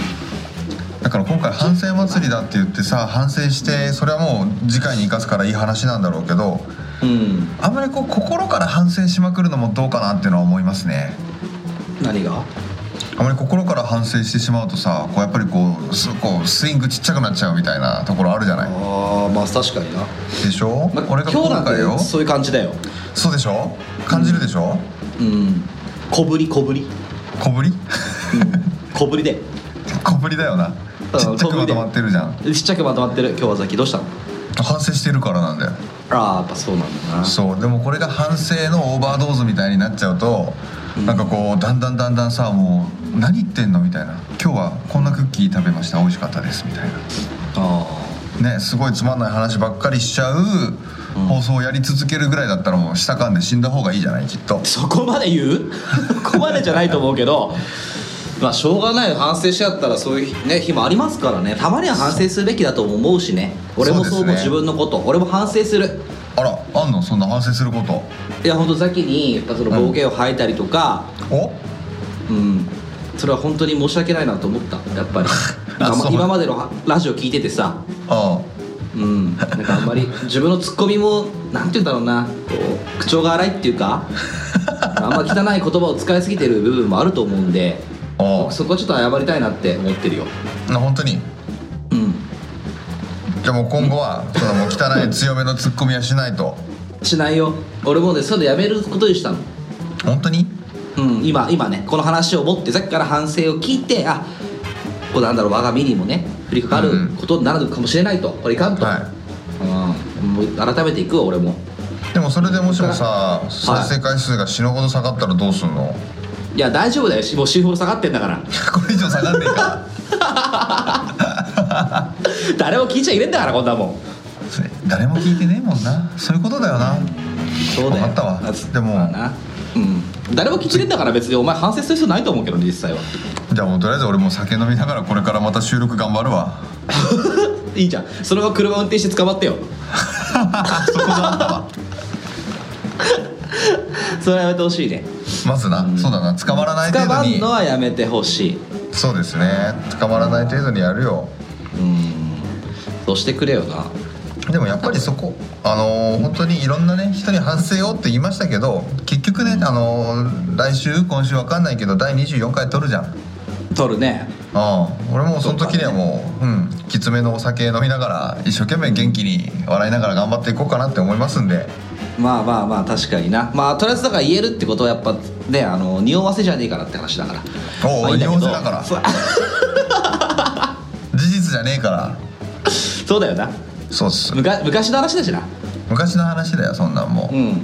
Speaker 2: ー
Speaker 1: だから今回反省祭りだって言ってさ反省してそれはもう次回に生かすからいい話なんだろうけど
Speaker 2: うん
Speaker 1: あんまりこう心から反省しまくるのもどうかなっていうのは思いますね
Speaker 2: 何が
Speaker 1: あまり心から反省してしまうとさこうやっぱりこうすこうスイングちっちゃくなっちゃうみたいなところあるじゃない
Speaker 2: ああまあ確かにな、
Speaker 1: でしょ、
Speaker 2: まあ、
Speaker 1: 俺が後
Speaker 2: 今日
Speaker 1: 悔
Speaker 2: な
Speaker 1: よ
Speaker 2: んてそういう感じだよ
Speaker 1: そうでしょ感じるでしょ、
Speaker 2: うん小ぶり小ぶり
Speaker 1: 小ぶり [laughs]
Speaker 2: 小ぶりで
Speaker 1: 小ぶりだよな
Speaker 2: うん
Speaker 1: ちっちゃくまとまってるじゃん
Speaker 2: ちっちゃくまとまってる今日はザキどうしたの
Speaker 1: 反省してるからなんだよ
Speaker 2: ああやっぱそうなんだな
Speaker 1: そうでもこれが反省のオーバードーズみたいになっちゃうと、なんかこうだんだんだんだんさもう何言ってんのみたいな今日はこんなクッキー食べました美味しかったですみたい
Speaker 2: あ
Speaker 1: なねすごいつまんない話ばっかりしちゃう、放送をやり続けるぐらいだったらもう下噛んで死んだ方がいいじゃないきっと
Speaker 2: あそこまで言
Speaker 1: [laughs]
Speaker 2: うそこまでじゃないと思うけどまあしょうがない反省しちゃったらそういう、ね、日もありますからねたまには反省すべきだとも思うしね俺もそう
Speaker 1: そう
Speaker 2: 思う
Speaker 1: ですね
Speaker 2: 自分のこと俺も反省する
Speaker 1: あらあんのそんな反省すること
Speaker 2: いや本当ザキにやっぱその暴言を吐いたりとか、
Speaker 1: お
Speaker 2: うん、それは本当に申し訳ないなと思ったやっ
Speaker 1: [laughs]
Speaker 2: ぱりなんかま
Speaker 1: そう
Speaker 2: 今までのラジオ聞いててさ、
Speaker 1: あ
Speaker 2: うん、なんかあんまり自分のツッコミもなんて言うんだろうなこう口調が荒いってい
Speaker 1: [laughs]
Speaker 2: うかあんま汚い言葉を使いすぎてる部分もあると思うんで
Speaker 1: ああ
Speaker 2: そこはちょっと謝りたいなって思ってるよ
Speaker 1: あな本当に
Speaker 2: うん
Speaker 1: じゃあもう今後はそのもう汚い強めのツッコミはしないと
Speaker 2: しないよ俺もねそれでやめることにしたの
Speaker 1: 本当に
Speaker 2: うん、今今ねこの話を持ってさっきから反省を聞いてあこうなんだろう我が身にもね降りかかることになるかもしれないと、これいかんと、
Speaker 1: はい
Speaker 2: うん、もう改めていくわ俺も
Speaker 1: でもそれでもしもさ再生回数が死ぬほど下がったらどうすんの、
Speaker 2: いや大丈夫だよしもう死ぬほど下がってんだから
Speaker 1: [laughs]
Speaker 2: [laughs]
Speaker 1: これ以上下がんねえか
Speaker 2: 誰も聞いちゃいねえんだからこんなもん
Speaker 1: [laughs] それ誰も聞いてねえもんなそういうことだよな
Speaker 2: そうだよ
Speaker 1: わかったわ
Speaker 2: まず
Speaker 1: でも
Speaker 2: まあなうん、誰も聞いちゃいねえんだから別にお前反省する必要ないと思うけどね実際は
Speaker 1: じゃあもうとりあえず俺も酒飲みながらこれからまた収録頑張るわ [laughs]
Speaker 2: いいじゃんそのまま車運転して捕まってよ
Speaker 1: そこがあったわ
Speaker 2: それはやめてほしいね
Speaker 1: まずな、そうだな捕まらない
Speaker 2: 捕
Speaker 1: 程
Speaker 2: ま
Speaker 1: 度
Speaker 2: ん
Speaker 1: に
Speaker 2: のはやめてほしい
Speaker 1: そうですね捕まらない程度にやるよ
Speaker 2: うんそうしてくれよな
Speaker 1: でもやっぱりそこあのー本当にいろんなね人に反省をって言いましたけど結局ねあのー来週今週わかんないけど第24回撮るじゃん
Speaker 2: 取るね
Speaker 1: ああ俺もその時にはもう、うんきつめのお酒飲みながら一生懸命元気に笑いながら頑張っていこうかなって思いますんで
Speaker 2: まあまあまあ確かになまあとりあえずだから言えるってことはやっぱねあの匂わせじゃねえからって話だから
Speaker 1: おう
Speaker 2: まあいいんけど
Speaker 1: 匂わせだから
Speaker 2: そう
Speaker 1: 事実じゃねえから
Speaker 2: そうだよな
Speaker 1: そうっす
Speaker 2: むか昔の話だしな
Speaker 1: 昔の話だよそんなんも
Speaker 2: うん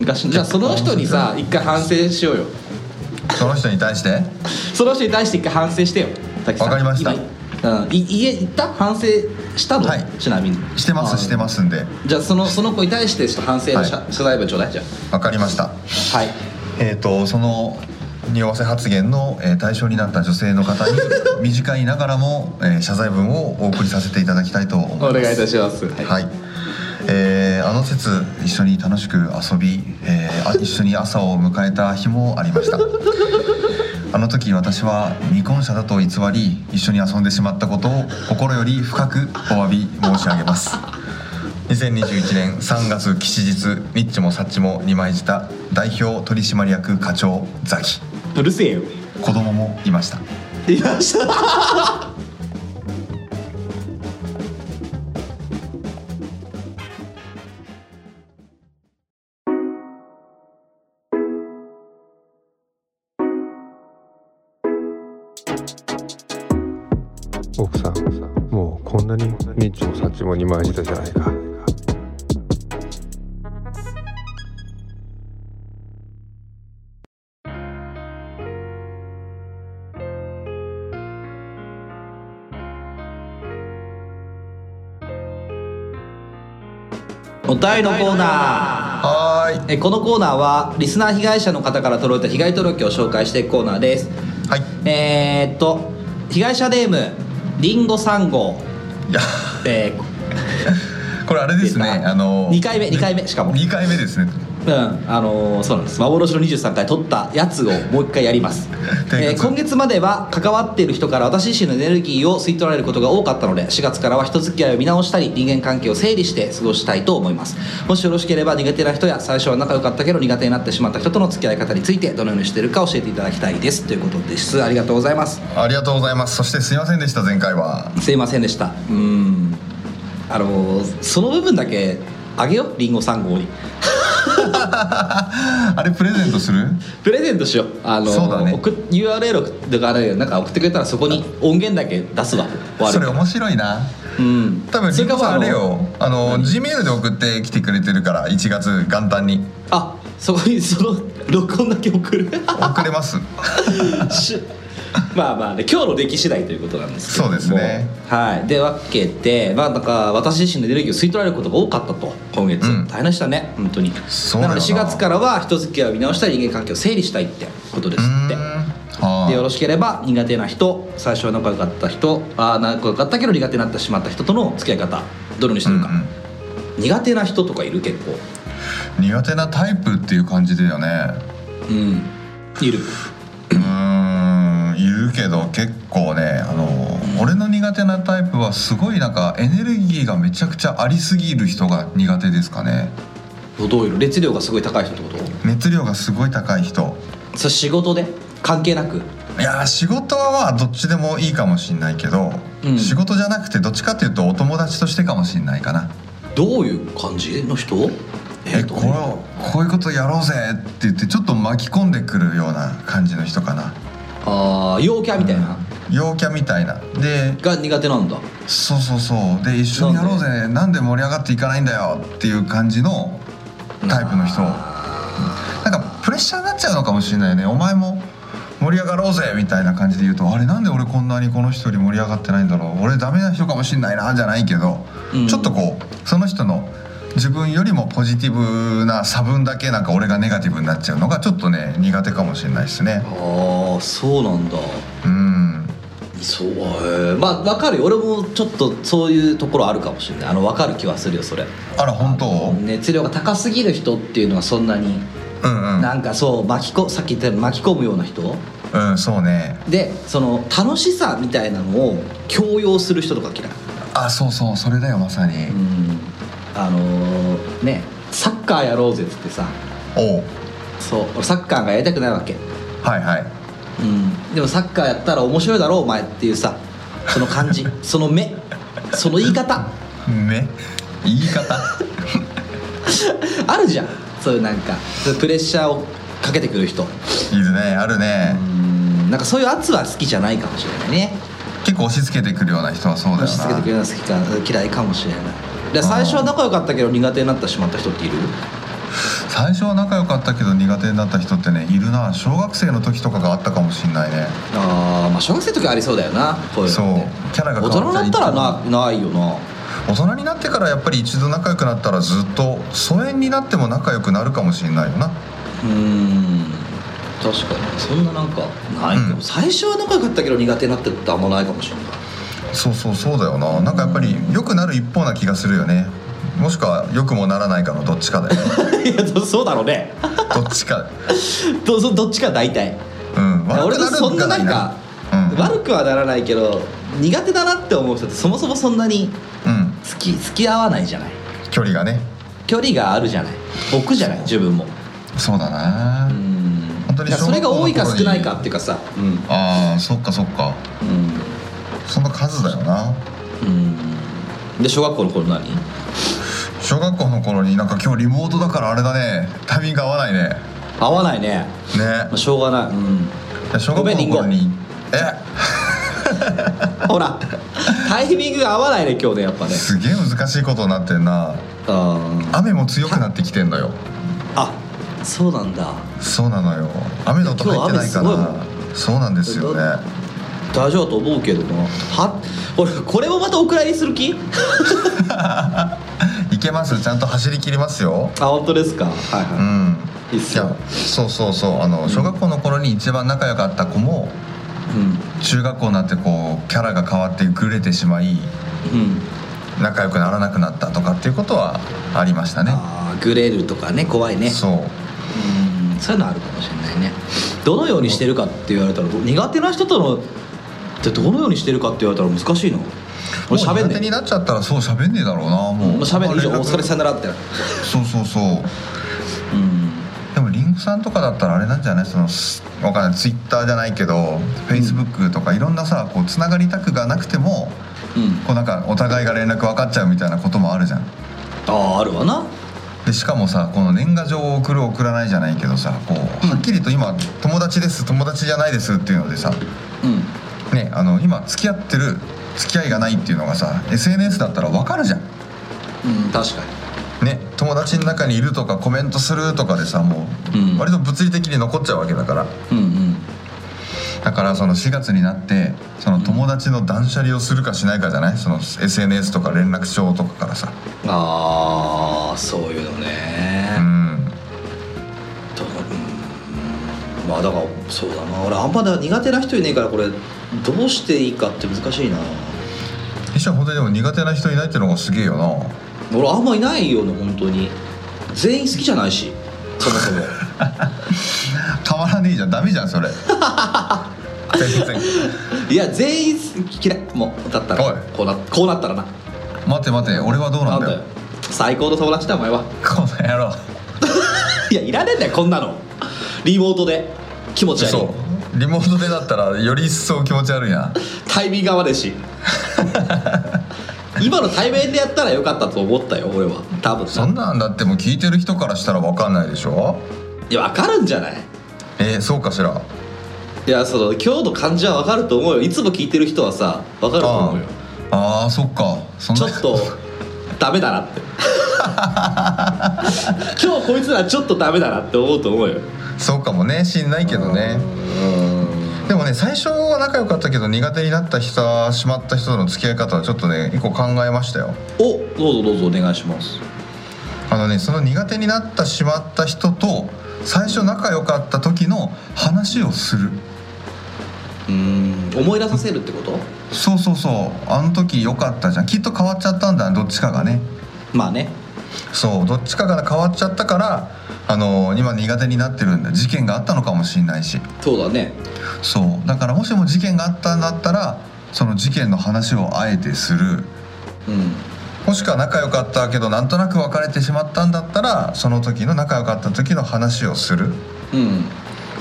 Speaker 2: 昔じゃあその人にさ一回反省しようよ
Speaker 1: うその人に対して
Speaker 2: その人に対して一回反省してよ滝さん
Speaker 1: わかりました
Speaker 2: 今うん、い家行った反省したの、
Speaker 1: はい
Speaker 2: ちなみに
Speaker 1: してま
Speaker 2: あ
Speaker 1: すしてますんで
Speaker 2: じゃあそのその子に対してちょっと反省の謝,、
Speaker 1: は
Speaker 2: 謝罪文ちょうだいじゃ
Speaker 1: わかりました
Speaker 2: あはい
Speaker 1: えー、とその匂わせ発言の、えー対象になった女性の方に短いながらも、えー謝罪文をお送りさせていただきたいと思います
Speaker 2: お願いいたしますはい、
Speaker 1: はい、えーあの節一緒に楽しく遊び、えーあ一緒に朝を迎えた日もありま
Speaker 2: [laughs]
Speaker 1: したあの時私は未婚者だと偽り一緒に遊んでしまったことを心より深くお詫び申し上げます2021年3月吉日ニッチもサッチも二枚舌代表取締役課長ザキ
Speaker 2: うるせえよ
Speaker 1: 子供もいました
Speaker 2: いました
Speaker 5: 奥さんもうこんなにニッチもサッチも二枚舌じゃないか
Speaker 2: お便りのコーナー
Speaker 1: はーい
Speaker 2: えこのコーナーはリスナー被害者の方から届いた被害届を紹介していくコーナーです
Speaker 1: はい
Speaker 2: えー、っと被害者ネームりんご3号
Speaker 1: いや
Speaker 2: えー
Speaker 1: これあれですねあの
Speaker 2: 2回目2回目しかも
Speaker 1: 2回目ですね
Speaker 2: うん、あのーそうなんです幻の23回取ったやつをもう一回やります、えー今月までは関わっている人から私自身のエネルギーを吸い取られることが多かったので4月からは人付き合いを見直したり人間関係を整理して過ごしたいと思いますもしよろしければ苦手な人や最初は仲良かったけど苦手になってしまった人との付き合い方についてどのようにしているか教えていただきたいですということですありがとうございます
Speaker 1: ありがとうございます。そしてすいませんでした前回は。
Speaker 2: すいませんでしたうんあのーその部分だけあげようりんご3号に
Speaker 1: あれプレゼントする？
Speaker 2: プレゼントしようあの
Speaker 1: そうだね
Speaker 2: 送っ URL 送ってあれなんか送ってくれたらそこに音源だけ出すわ
Speaker 1: それ
Speaker 2: 悪い
Speaker 1: 面白いな。
Speaker 2: うん
Speaker 1: 多分
Speaker 2: そ
Speaker 1: リ
Speaker 2: れ
Speaker 1: ン
Speaker 2: か
Speaker 1: ゴさ
Speaker 2: もう
Speaker 1: んあれよ。あの G メールで送ってきてくれてるから1月元旦に
Speaker 2: あそこに [laughs] その録音だけ送る [laughs]
Speaker 1: 送れます。
Speaker 2: しまあまあね今日の出来次第ということなんですけども
Speaker 1: そうですね
Speaker 2: はいで分けてまあなんか私自身のエネルギーを吸い取られることが多かったと今月、
Speaker 1: うん
Speaker 2: 大変でしたね本当に
Speaker 1: そうだ
Speaker 2: な
Speaker 1: よ
Speaker 2: の
Speaker 1: な
Speaker 2: で4月からは人付き合いを見直したり人間関係を整理したいってことです
Speaker 1: うー
Speaker 2: っ
Speaker 1: ん
Speaker 2: てでよ
Speaker 1: は
Speaker 2: ろしければ苦手な人最初は仲良かった人あー仲良かったけど苦手になってしまった人との付き合い方どのようにし
Speaker 1: あ。う
Speaker 2: て
Speaker 1: んう
Speaker 2: る
Speaker 1: ん
Speaker 2: か、苦手な人とかいる結構
Speaker 1: 苦手なタイプっていう感じだよね。
Speaker 2: うんいる
Speaker 1: うーんいるけど結構ねあの俺の苦手なタイプはすごいなんかエネルギーがめちゃくちゃありすぎる人が苦手ですかね。
Speaker 2: どういうの熱量がすごい高い人ってこと
Speaker 1: 熱量がすごい高い人。
Speaker 2: それ仕事で関係なく
Speaker 1: いやー仕事はまあどっちでもいいかもしんないけど、
Speaker 2: うん
Speaker 1: 仕事じゃなくてどっちかっていうとお友達としてかもしんないかな
Speaker 2: どういう感じの人
Speaker 1: え
Speaker 2: と
Speaker 1: これをこういうことやろうぜって言ってちょっと巻き込んでくるような感じの人かな
Speaker 2: ああ陽キャみたいな、
Speaker 1: 陽キャみたいなで
Speaker 2: が苦手なんだ
Speaker 1: そうそうそうで一緒にやろうぜなんで盛り上がっていかないんだよっていう感じのタイプの人なんかプレッシャーになっちゃうのかもしれないよねお前も盛り上がろうぜみたいな感じで言うとあれなんで俺こんなにこの人より盛り上がってないんだろう俺ダメな人かもしれないなじゃないけど、
Speaker 2: うん
Speaker 1: ちょっとこうその人の自分よりもポジティブな差分だけなんか俺がネガティブになっちゃうのがちょっとね苦手かもしれないですね
Speaker 2: ああそうなんだ
Speaker 1: うん
Speaker 2: そうへーまあ分かるよ俺もちょっとそういうところあるかもしれないあの分かる気はするよそれ
Speaker 1: あら本当
Speaker 2: 熱量が高すぎる人っていうのはそんなに、
Speaker 1: うん
Speaker 2: なんかそう巻きこさっき言ったように巻き込むような人
Speaker 1: うんうんそうね
Speaker 2: でその楽しさみたいなのを強要する人とか嫌い
Speaker 1: あそうそうそれだよまさに、
Speaker 2: うんあのーねサッカーやろうぜっつってさ
Speaker 1: おう
Speaker 2: そう俺サッカーがやりたくないわけ、
Speaker 1: はいはい
Speaker 2: うん、でもサッカーやったら面白いだろうお前っていうさその [laughs] 感じその目その言い方
Speaker 1: 目言い
Speaker 2: [laughs]
Speaker 1: 方
Speaker 2: あるじゃんそういうなんかそういうプレッシャーをかけてくる人
Speaker 1: いるねあるね、
Speaker 2: うんなんかそういう圧は好きじゃないかもしれないね
Speaker 1: 結構押し付けてくるような人はそうだよな
Speaker 2: 押し付けてくるのは好きか嫌いかもしれないで最初は仲良かったけど苦手になってしまった人っている
Speaker 1: 最初は仲良かったけど苦手になった人ってねいるな小学生の時とかがあったかもしんないね
Speaker 2: あーまあ小学生の時はありそうだよなこういう
Speaker 1: そう
Speaker 2: のって
Speaker 1: キャラが
Speaker 2: 大
Speaker 1: 変
Speaker 2: 人
Speaker 1: わ
Speaker 2: に
Speaker 1: ったり
Speaker 2: なったらなないよな
Speaker 1: 大人になってからやっぱり一度仲良くなったらずっと疎遠になっても仲良くなるかもしれないよな
Speaker 2: うーん確かにそんななんかないかも、
Speaker 1: うん
Speaker 2: 最初は仲良かったけど苦手になってるってあんまないかもしれない
Speaker 1: そうそうそうだよななんかやっぱり良くなる一方な気がするよねもしくは良くもならないかのどっちかだよ
Speaker 2: [laughs] いやそそうだろうね [laughs]
Speaker 1: どっちか
Speaker 2: どそどっちか大体
Speaker 1: うん
Speaker 2: 俺とそんななんか、
Speaker 1: うん
Speaker 2: 悪くはならないけど苦手だなって思う人ってそもそもそんなに
Speaker 1: うん
Speaker 2: 付き付き合わないじゃない
Speaker 1: 距離がね
Speaker 2: 距離があるじゃない置くじゃない自分も
Speaker 1: そうだな、
Speaker 2: うん
Speaker 1: 本当に
Speaker 2: だからそれが多いか
Speaker 1: 小学校の頃に
Speaker 2: 少ないかっていうかさうん
Speaker 1: ああそっかそっか
Speaker 2: うん
Speaker 1: その数だよな
Speaker 2: うんで小学校の頃何
Speaker 1: 小学校の頃になんか今日リモートだからあれだねタイミング合わないね
Speaker 2: 合わないねまあ
Speaker 1: ね
Speaker 2: しょうがない、うん、
Speaker 1: 小学校の頃にえ
Speaker 2: ほ [laughs] らタイミングが合わないね今日ねやっぱね
Speaker 1: すげえ難しいことになってんな
Speaker 2: あ
Speaker 1: 雨も強くなってきてんだよ
Speaker 2: あそうなんだ
Speaker 1: そうなのよ雨の音入ってないか
Speaker 2: 今日雨
Speaker 1: らそうなんですよね
Speaker 2: 大丈夫だと思うけどなは俺これもまたお蔵入りする気
Speaker 1: いけますちゃんと走り切りますよ
Speaker 2: あ本当ですかはいは
Speaker 1: う
Speaker 2: い、
Speaker 1: ん
Speaker 2: いいっ
Speaker 1: い
Speaker 2: すよ
Speaker 1: やそうそうそうあの小学校の頃に一番仲良かった子も
Speaker 2: う
Speaker 1: 中学校になってこうキャラが変わってグレてしまい
Speaker 2: んうん
Speaker 1: 仲良くならなくなったとかっていうことはありましたね
Speaker 2: あーグレるとかね怖いね
Speaker 1: そう
Speaker 2: うんそういうのあるかもしれないねどのようにしてるかって言われたらど苦手な人とのってどのようにしてるかって言われたら難しいの俺
Speaker 1: もう
Speaker 2: 喋ん
Speaker 1: 苦手
Speaker 2: ね
Speaker 1: になっちゃったらそう喋んねえだろうなも
Speaker 2: え
Speaker 1: う
Speaker 2: もう喋んねえ以上
Speaker 1: 連絡
Speaker 2: お疲れさよならってなる
Speaker 1: そうそうそう
Speaker 2: うん
Speaker 1: でもリンゴさんとかだったらあれなんじゃないそのすわかんないツイッターじゃないけどフェイスブックとかいろんなさこうつながりたくがなくても
Speaker 2: うん
Speaker 1: こうなんかお互いが連絡分かっちゃうみたいなこともあるじゃん
Speaker 2: あああるわな
Speaker 1: でしかもさこの年賀状を送る送らないじゃないけどさこうはっきりと今友達です友達じゃないですっていうのでさ
Speaker 2: うん
Speaker 1: ねあの今付き合ってる付き合いがないっていうのがさ SNS だったら分かるじゃん
Speaker 2: うん確かに
Speaker 1: ね、友達の中にいるとかコメントするとかでさも
Speaker 2: うん
Speaker 1: う割と物理的に残っちゃうわけだから
Speaker 2: うんうん
Speaker 1: だからその4月になってその友達の断捨離をするかしないかじゃないその SNS とか連絡帳とかからさ
Speaker 2: ああそういうの
Speaker 1: う
Speaker 2: ね、
Speaker 1: ん
Speaker 2: とうんまあだからそうだな俺あんまだ苦手な人いねえからこれどうしていいかって難しいな
Speaker 1: 一緒は本当にでも苦手な人いないってのがすげえよな
Speaker 2: 俺あんまいないよね本当に全員好きじゃないしそも
Speaker 1: [laughs]
Speaker 2: そも
Speaker 1: 変わらねえじゃんダメじゃんそれ全然
Speaker 2: いや全員嫌いもうだったら
Speaker 1: おい
Speaker 2: こうなこうなったらな
Speaker 1: 待って待って俺はどうなんだよ
Speaker 2: 最高の友達だ
Speaker 1: [laughs]
Speaker 2: お前は
Speaker 1: この野郎
Speaker 2: いやいらねえんだよこんなのリモートで気持ち悪い
Speaker 1: そうリモートでだったらより一層気持ち悪いな
Speaker 2: タイミング合わね
Speaker 1: [laughs]
Speaker 2: えし今の対面でやったらよかったと思ったよ俺は多分
Speaker 1: そんなんだってもう聞いてる人からしたら分かんないでしょ
Speaker 2: いや分かるんじゃない
Speaker 1: えー、そうかしら
Speaker 2: いやその今日の感じは分かると思うよいつも聞いてる人はさ分かると
Speaker 1: あ
Speaker 2: 思うよ
Speaker 1: ああーそっか
Speaker 2: [laughs]
Speaker 1: そん
Speaker 2: ちょ
Speaker 1: な
Speaker 2: っとダメだなって今日こいつらちょっとダメだなって思うと思うよ
Speaker 1: そうかもねしんないけどねでもね最初は仲良かったけど苦手になった人はしまった人との付き合い方はちょっとね一個考えましたよ
Speaker 2: おどうぞどうぞお願いします
Speaker 1: あのねその苦手になったしまった人と最初仲良かった時の話をする
Speaker 2: うーん思い出させるってこと
Speaker 1: そうそうそうあの時良かったじゃんきっと変わっちゃったんだどっちかがね
Speaker 2: まあね
Speaker 1: そうどっちかが変わっちゃったからあの今苦手になってるんだ事件があったのかもしれないし
Speaker 2: そうだね
Speaker 1: そうだからもしも事件があったんだったらその事件の話をあえてする
Speaker 2: うん
Speaker 1: もしくは仲良かったけどなんとなく別れてしまったんだったらその時の仲良かった時の話をする
Speaker 2: うん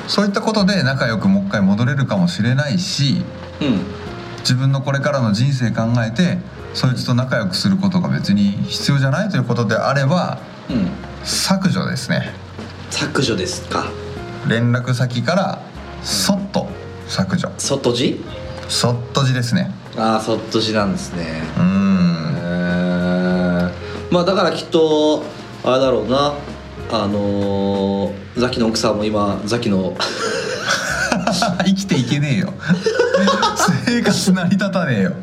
Speaker 1: そういったことで仲良くもう一回戻れるかもしれないし
Speaker 2: うん
Speaker 1: 自分のこれからの人生考えてそいつと仲良くすることが別に必要じゃないということであれば
Speaker 2: うん
Speaker 1: 削除ですね
Speaker 2: 削除ですか
Speaker 1: 連絡先からそっと削除
Speaker 2: 外地
Speaker 1: そっと字ですね
Speaker 2: ああ外地なんですね
Speaker 1: うー
Speaker 2: へ
Speaker 1: ん [laughs]
Speaker 2: ーまあだからきっとあれだろうなあのー、ザキの奥さんも今ザキの
Speaker 1: 生きていけねえよ [laughs] 生活成り立たねえよ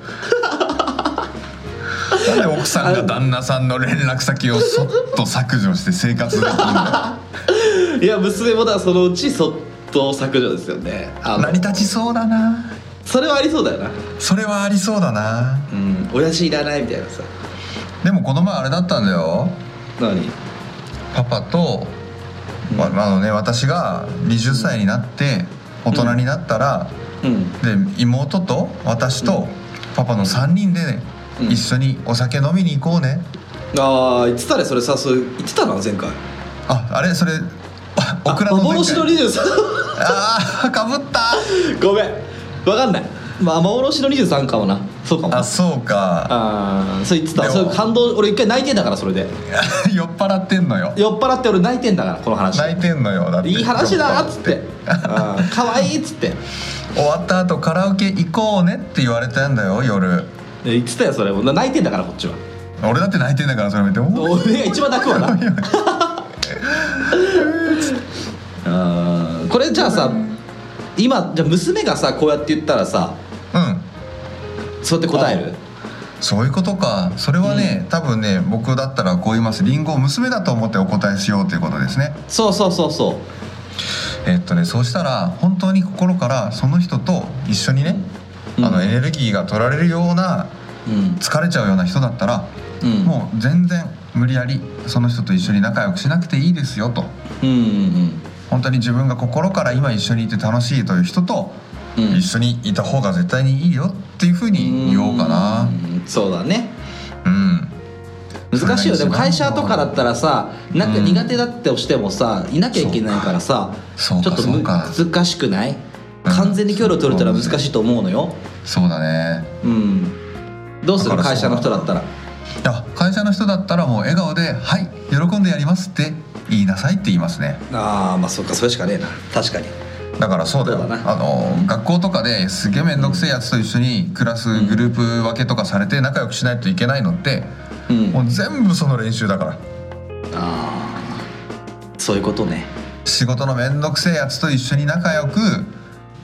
Speaker 1: なんで奥さんが旦那さんの連絡先をそっと削除して生活できるんだ
Speaker 2: いや娘もだからそのうちそっと削除ですよねあ
Speaker 1: よ成
Speaker 2: の
Speaker 1: り立ちそうだな
Speaker 2: それはありそうだよな
Speaker 1: それはありそうだな
Speaker 2: うん親父いらないみたいなさ
Speaker 1: でもこの前あれだったんだよ
Speaker 2: 何
Speaker 1: パパと、
Speaker 2: うん
Speaker 1: まああのね私が20歳になって大人になったら、
Speaker 2: うん
Speaker 1: で妹と私とパパの3人で、
Speaker 2: うん
Speaker 1: 一緒にお酒飲みに行こうね
Speaker 2: ああ言ってたねそれさそれ言ってたな前回
Speaker 1: ああれそれあオクラの前回
Speaker 2: 幻の23
Speaker 1: あーかぶった
Speaker 2: [laughs] ごめんわかんないまあ幻の23かもなそうかも
Speaker 1: あそうか [laughs]
Speaker 2: ああそう言ってた
Speaker 1: でも
Speaker 2: そういう感動俺一回泣いてんだからそれで
Speaker 1: 酔っ払ってんのよ
Speaker 2: 酔っ払って俺泣いてんだからこの話
Speaker 1: 泣いてんのよだって
Speaker 2: いい話だーっつ [laughs] ってうん可愛いっつって
Speaker 1: 終わった後カラオケ行こうねって言われたんだよ夜
Speaker 2: 言ってたよそれも泣いてんだからこっちは
Speaker 1: 俺だって泣いてんだからそれ見ておー
Speaker 2: 俺が一番泣く
Speaker 1: [laughs]
Speaker 2: わなうんこれじゃあさ今じゃあ娘がさこうやって言ったらさ
Speaker 1: うん
Speaker 2: そうやって答える
Speaker 1: そういうことかそれはね、多分ね僕だったらこう言いますリンゴを娘だと思ってお答えしようということですね
Speaker 2: そうそうそうそ
Speaker 1: えっとねそうしたら本当に心からその人と一緒にね、
Speaker 2: うん
Speaker 1: あのエネルギーが取られるような
Speaker 2: ううん
Speaker 1: 疲れちゃうような人だったら、
Speaker 2: うん
Speaker 1: もう全然無理やりその人と一緒に仲良くしなくていいですよと
Speaker 2: うんうん
Speaker 1: 本当に自分が心から今一緒にいて楽しいという人と
Speaker 2: うんうん
Speaker 1: 一緒にいた方が絶対にいいよっていうふうに言おうかな
Speaker 2: うんそうだね
Speaker 1: うん
Speaker 2: 難しいよで
Speaker 1: それ
Speaker 2: も
Speaker 1: が
Speaker 2: 会
Speaker 1: 一番
Speaker 2: 社とかだったらさなんか
Speaker 1: うん
Speaker 2: 苦手だって押してもさいなきゃいけないからさち
Speaker 1: そ
Speaker 2: ょ
Speaker 1: う
Speaker 2: っ
Speaker 1: か
Speaker 2: と
Speaker 1: そ
Speaker 2: む
Speaker 1: うか
Speaker 2: 難しくない
Speaker 1: うん
Speaker 2: 完全に距離を取れたら難しいと思うのよ
Speaker 1: そうだね
Speaker 2: うんどうする
Speaker 1: だから
Speaker 2: 会
Speaker 1: そ
Speaker 2: 社
Speaker 1: う
Speaker 2: の人だったら
Speaker 1: いや会社の人だったらもう笑顔で「はい喜んでやります」って言いなさいって言いますね
Speaker 2: ああまあそっかそれしかねえな確かに
Speaker 1: だからそうだよ
Speaker 2: そうだな
Speaker 1: あの学校とかですげえ面倒くせえやつと一緒にクラスグループ分けとかされて仲良くしないといけないのって
Speaker 2: うん
Speaker 1: もう全部その練習だから
Speaker 2: ああそういうことね
Speaker 1: 仕事の面倒くせえやつと一緒に仲良く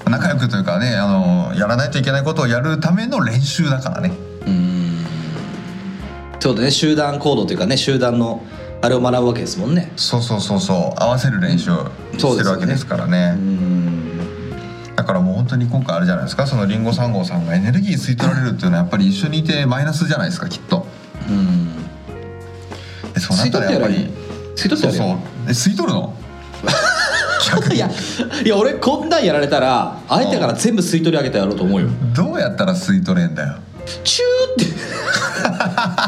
Speaker 1: 仲良くというかねあのやらないといけないことをやるための練習だからね
Speaker 2: うんそうだね集団行動というかね集団のあれを学ぶわけですもんね
Speaker 1: そうそうそうそう合わせる練習を
Speaker 2: そう
Speaker 1: してる
Speaker 2: ですよね
Speaker 1: わけですからね
Speaker 2: うん
Speaker 1: だからもう本当に今回あれじゃないですかそのりんご3号さんがエネルギー吸い取られるっていうのはやっぱり一緒にいてマイナスじゃないですかきっと
Speaker 2: うん
Speaker 1: でそうなったらやっぱり
Speaker 2: 吸い取っ
Speaker 1: そう
Speaker 2: てやる
Speaker 1: そう
Speaker 2: よ
Speaker 1: え吸い取るの逆
Speaker 2: [laughs] い
Speaker 1: に
Speaker 2: やいや俺こんなんやられたら相手から全部吸い取り上げてやろうと思うよ
Speaker 1: どうやったら吸い取れんだよ
Speaker 2: チュ [laughs] ーっ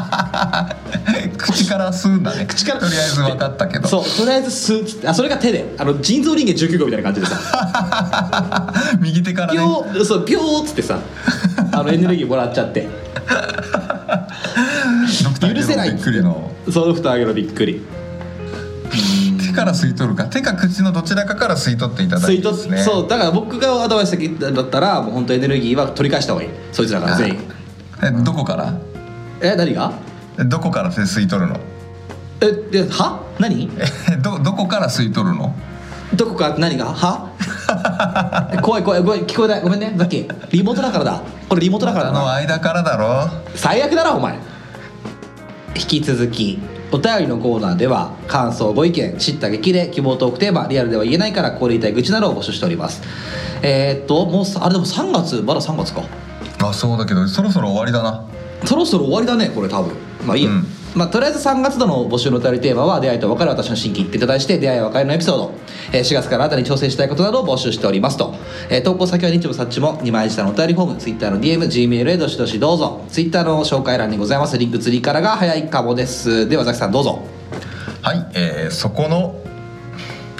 Speaker 1: 口から吸うんだね
Speaker 2: 口から
Speaker 1: とりあえず分かったけ
Speaker 2: て
Speaker 1: ど
Speaker 2: そうとりあえず吸うっつってあそれが手であの人造人間19号みたいな感じでさ
Speaker 1: 右手から
Speaker 2: ピ
Speaker 1: ね
Speaker 2: ョーそうピョーっつってさ
Speaker 1: [laughs]
Speaker 2: あのエネルギーもらっちゃって
Speaker 1: ドクター
Speaker 2: 許せない
Speaker 1: イエローびっくりの
Speaker 2: その蓋上げのびっくり
Speaker 1: 手から吸い取るか手か口のどちらかから吸い取っていただ
Speaker 2: 吸
Speaker 1: い
Speaker 2: い
Speaker 1: てで
Speaker 2: 取っ
Speaker 1: すね
Speaker 2: そうだから僕がアドバイスだったらもう本当エネルギーは取り返した方がいいそいつらから全員
Speaker 1: えどこから
Speaker 2: え何が
Speaker 1: えどこから手吸い取るの
Speaker 2: えでは何
Speaker 1: えどどこから吸い取るの
Speaker 2: どこか何がは
Speaker 1: [laughs]
Speaker 2: 怖い怖い怖い聞こえないごめんねザッキーリモートだからだこれリモートだから
Speaker 1: あ
Speaker 2: だ
Speaker 1: の
Speaker 2: な
Speaker 1: 間からだろ
Speaker 2: 最悪だなお前引き続きお便りのコーナーでは感想ご意見知った激励希望トークテーマリアルでは言えないからこれ言いたい愚痴などを募集しておりますえー、っともうさあれでも3月まだ3月か
Speaker 1: あそうだけどそろそろ終わりだな
Speaker 2: そろそろ終わりだねこれ多分まあいいや、
Speaker 1: うん
Speaker 2: まあ、とりあえず3月度の募集のお便りテーマは出会いと別れ私の心機一転と題して出会いや別れのエピソード、えー4月から新たに挑戦したいことなどを募集しておりますと、えー投稿先は日もさっちも2枚下のお便りフォーム Twitter の DMGmail へどしどしどうぞ Twitter の紹介欄にございますリンク釣りからが早いかもですではザキさんどうぞ
Speaker 1: はい、えー、そこの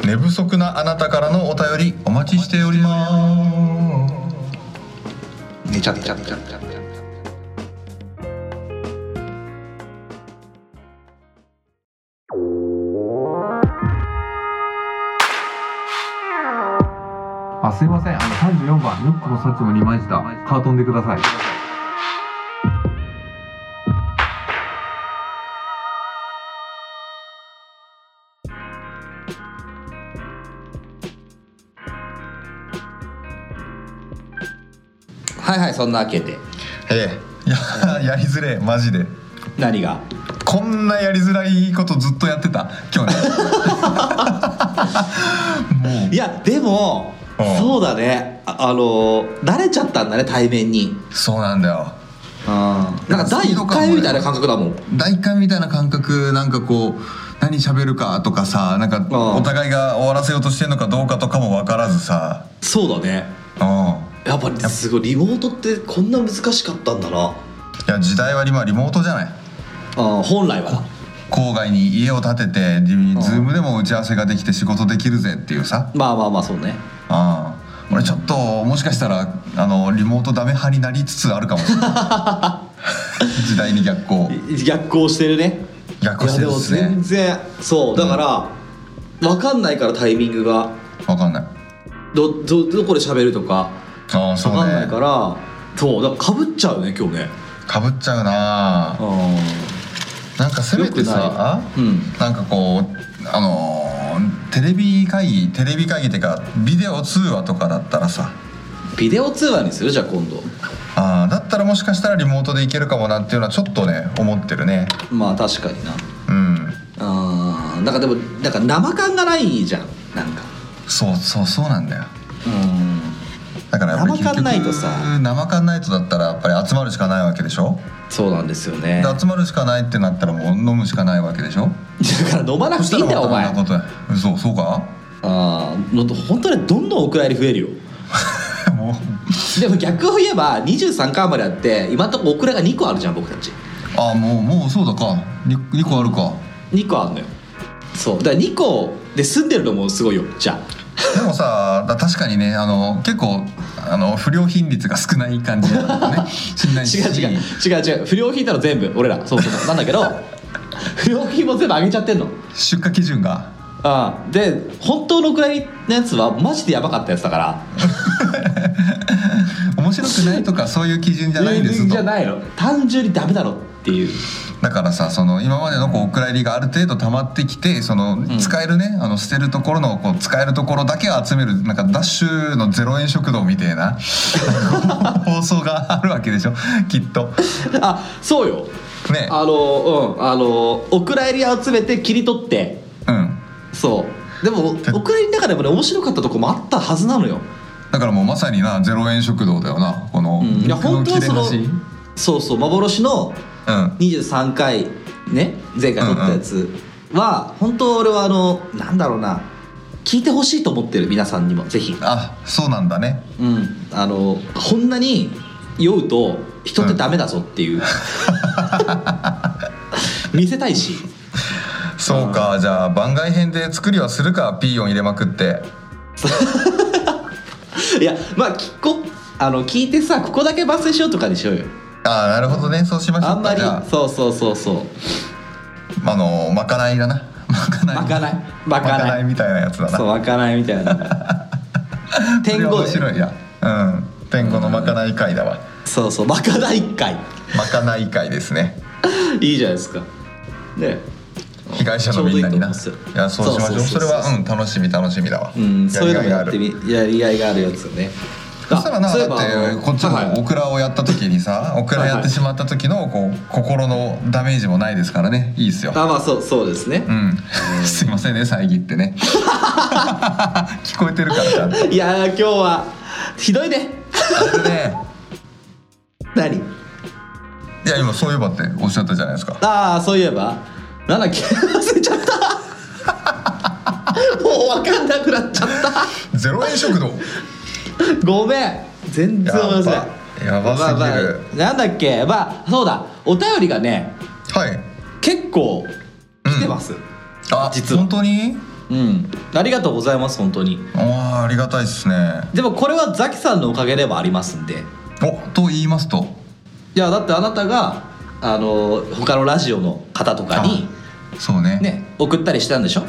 Speaker 1: 寝不足なあなたからのお便りお待ちしております
Speaker 2: 寝ちゃってちゃってちゃってちゃって
Speaker 6: あすいませんあの34番ムックもサッチも2枚したカートンでください
Speaker 2: はいはいそんなわけで
Speaker 1: ええや [laughs] やりづれえマジで
Speaker 2: 何が
Speaker 1: こんなやりづらいことずっとやってた今日
Speaker 6: [laughs]
Speaker 1: ね
Speaker 2: いやでも
Speaker 1: うん
Speaker 2: そうだねああのー慣れちゃったんだね対面に
Speaker 1: そうなんだよ
Speaker 2: なんか第1回みたいな感覚だもん
Speaker 1: 第一回みたいな感覚なんかこう何喋るかとかさなんか
Speaker 2: ん
Speaker 1: お互いが終わらせようとしてるのかどうかとかも分からずさ
Speaker 2: そうだね
Speaker 1: うん
Speaker 2: やっぱりすごいリモートってこんな難しかったんだない
Speaker 1: や時代は今リモートじゃない
Speaker 2: あ本来はな
Speaker 1: 郊外に家を建てて自
Speaker 2: ん
Speaker 1: ズームでも打ち合わせができて仕事できるぜっていうさ
Speaker 2: まあまあまあそうね
Speaker 1: うん俺ちょっともしかしたらあのリモートダメ派になりつつあるかもしれない
Speaker 2: [laughs]
Speaker 1: 時代に逆行
Speaker 2: 逆行してるね
Speaker 1: 逆行してるっす
Speaker 2: いやでも全
Speaker 1: ね
Speaker 2: 然そうだから、わかんないからタイミングが
Speaker 1: 分かんない
Speaker 2: どどどこで喋るとか
Speaker 1: ああ
Speaker 2: わ
Speaker 1: そう
Speaker 2: かんない
Speaker 1: ね
Speaker 2: からそうだからかぶっちゃうね今日ね
Speaker 1: かぶっちゃうななんかせめてさ
Speaker 2: よくないうん
Speaker 1: なんかこうあのーテレビ会議テレビ会議っていうかビデオ通話とかだったらさ
Speaker 2: ビデオ通話にするじゃあ今度
Speaker 1: あーだったらもしかしたらリモートでいけるかもなっていうのはちょっとね思ってるね
Speaker 2: まあ確かにな
Speaker 1: うん
Speaker 2: あーなんかでもなんか生感がないじゃんなんか
Speaker 1: そうそうそうなんだよ
Speaker 2: うん
Speaker 1: だからやっぱり
Speaker 2: 生感ないとさ
Speaker 1: 結局生感ないとだったらやっぱり集まるしかないわけでしょ
Speaker 2: そうなんですよね
Speaker 1: で
Speaker 2: だ
Speaker 1: 集まるしかないってなったらもう飲むしかないわけでしょ
Speaker 2: から飲ま
Speaker 1: そ
Speaker 2: なく
Speaker 1: してた
Speaker 2: いい
Speaker 1: ら
Speaker 2: ん
Speaker 1: も
Speaker 2: だよ
Speaker 1: う
Speaker 2: お前
Speaker 1: 大変なことやそうそうか [laughs]
Speaker 2: ああ本当にどんどんお蔵入り増えるよ
Speaker 1: もう
Speaker 2: でも逆を言えば23巻まであって今んとこお蔵が2個あるじゃん僕たち
Speaker 1: あーもうもうそうだか 2, 個あるか
Speaker 2: 2個あるのよそうだから2個で住んでるのもすごいよじゃ
Speaker 1: でもさだ確かにねあの結構あの不良品率が少ない感じだ
Speaker 2: [laughs]
Speaker 1: ったねしんな
Speaker 2: あ
Speaker 1: いし
Speaker 2: 違う違う違う違う不良品なの全部俺らそうそうそうなん [laughs] だけど不良品も全部あげちゃってんの
Speaker 1: 出荷基準が
Speaker 2: ああで本当のくらいのやつはマジでやばかったやつだから
Speaker 1: 面白くないとかそういう基準じゃないんです
Speaker 2: じ
Speaker 1: と
Speaker 2: ゃないの単純にダメだろっていう
Speaker 1: だからさその今までのこうお蔵入りがある程度溜まってきてその使えるね、あの捨てるところのこう使えるところだけを集めるなんかダッシュのゼロ円食堂みたいな [laughs] 放送があるわけでしょきっと。
Speaker 2: [laughs] あそうよ
Speaker 1: ね
Speaker 2: あのうんあのお蔵入りを集めて切り取って
Speaker 1: うん
Speaker 2: そうでもお蔵入りの中でもね面白かったとこもあったはずなのよ、
Speaker 1: だからもうまさになゼロ円食堂だよなこの
Speaker 2: うんいや
Speaker 1: 肉の
Speaker 2: 本当
Speaker 1: 切
Speaker 2: は
Speaker 1: れ
Speaker 2: その
Speaker 1: 端。うん
Speaker 2: そうそう幻の23回ね前回撮ったやつは、本当俺はあのなんだろうな聞いてほしいと思ってる皆さんにもぜひ、
Speaker 1: あそうなんだね。
Speaker 2: うん、あのこんなに酔うと人ってダメだぞって [laughs] いう、見せたいし
Speaker 1: そうかじゃあ番外編で作りはするかピーヨン入れまくって。
Speaker 2: いやまあ聞こあの聞いてさここだけ抜粋しようとかにしようよ
Speaker 1: ああなるほどねそうしましょうか
Speaker 2: あんまり
Speaker 1: じゃ
Speaker 2: そうそうそうそう
Speaker 1: ああのまかないだな。まかない。
Speaker 2: まかないま
Speaker 1: ま
Speaker 2: か
Speaker 1: か
Speaker 2: な
Speaker 1: ないいみたいなやつだな
Speaker 2: そうまかないみたいな
Speaker 1: そ
Speaker 2: 天
Speaker 1: れは
Speaker 2: 狗
Speaker 1: 面白いやうん天狗のまかない会だわ
Speaker 2: そうそうまかない会
Speaker 1: まかない会ですね
Speaker 2: いいじゃないですかね
Speaker 1: 被害者のみんなにな
Speaker 2: ちょうどいいと思います
Speaker 1: やそうしましょう
Speaker 2: そうそうそうそう
Speaker 1: それはうん楽しみ楽しみだわ
Speaker 2: うんそういうのもやっ
Speaker 1: や
Speaker 2: て
Speaker 1: りがいがある
Speaker 2: みやりがいがあるやつよね
Speaker 1: そしたらな
Speaker 2: あそういえば
Speaker 1: だってこっち
Speaker 2: はいは
Speaker 1: の
Speaker 2: い
Speaker 1: オクラをやった時に
Speaker 2: [laughs]
Speaker 1: さオクラやってしまった時のこう心のダメージもないですからねいいですよ
Speaker 2: あまあそうそうですね
Speaker 1: う、ん [laughs] すいませんね遮って
Speaker 2: [laughs]
Speaker 1: ね聞こえてるからちゃんと
Speaker 2: いやー今日はひどいね
Speaker 1: あれね
Speaker 2: [laughs] 何
Speaker 1: いや今そういえばっておっしゃったじゃない
Speaker 2: [laughs]
Speaker 1: ですか
Speaker 2: ああそういえばなんだっけ [laughs] 忘れちゃったもうわかんなくなっちゃった [laughs]
Speaker 1: ゼロ円食堂
Speaker 2: ごめん全然思い出せない
Speaker 1: やばやばすぎる
Speaker 2: まあまあなんだっけまあそうだお便りがね
Speaker 1: はい
Speaker 2: 結構来てます
Speaker 1: あ
Speaker 2: 実は
Speaker 1: 本当に
Speaker 2: うん、ありがとうございます本当に
Speaker 1: あーありがたいですね
Speaker 2: でもこれはザキさんのおかげではありますんで
Speaker 1: おと言いますと
Speaker 2: いやだってあなたがあの他のラジオの方とかに
Speaker 1: そうね
Speaker 2: ね送ったりしたんでしょ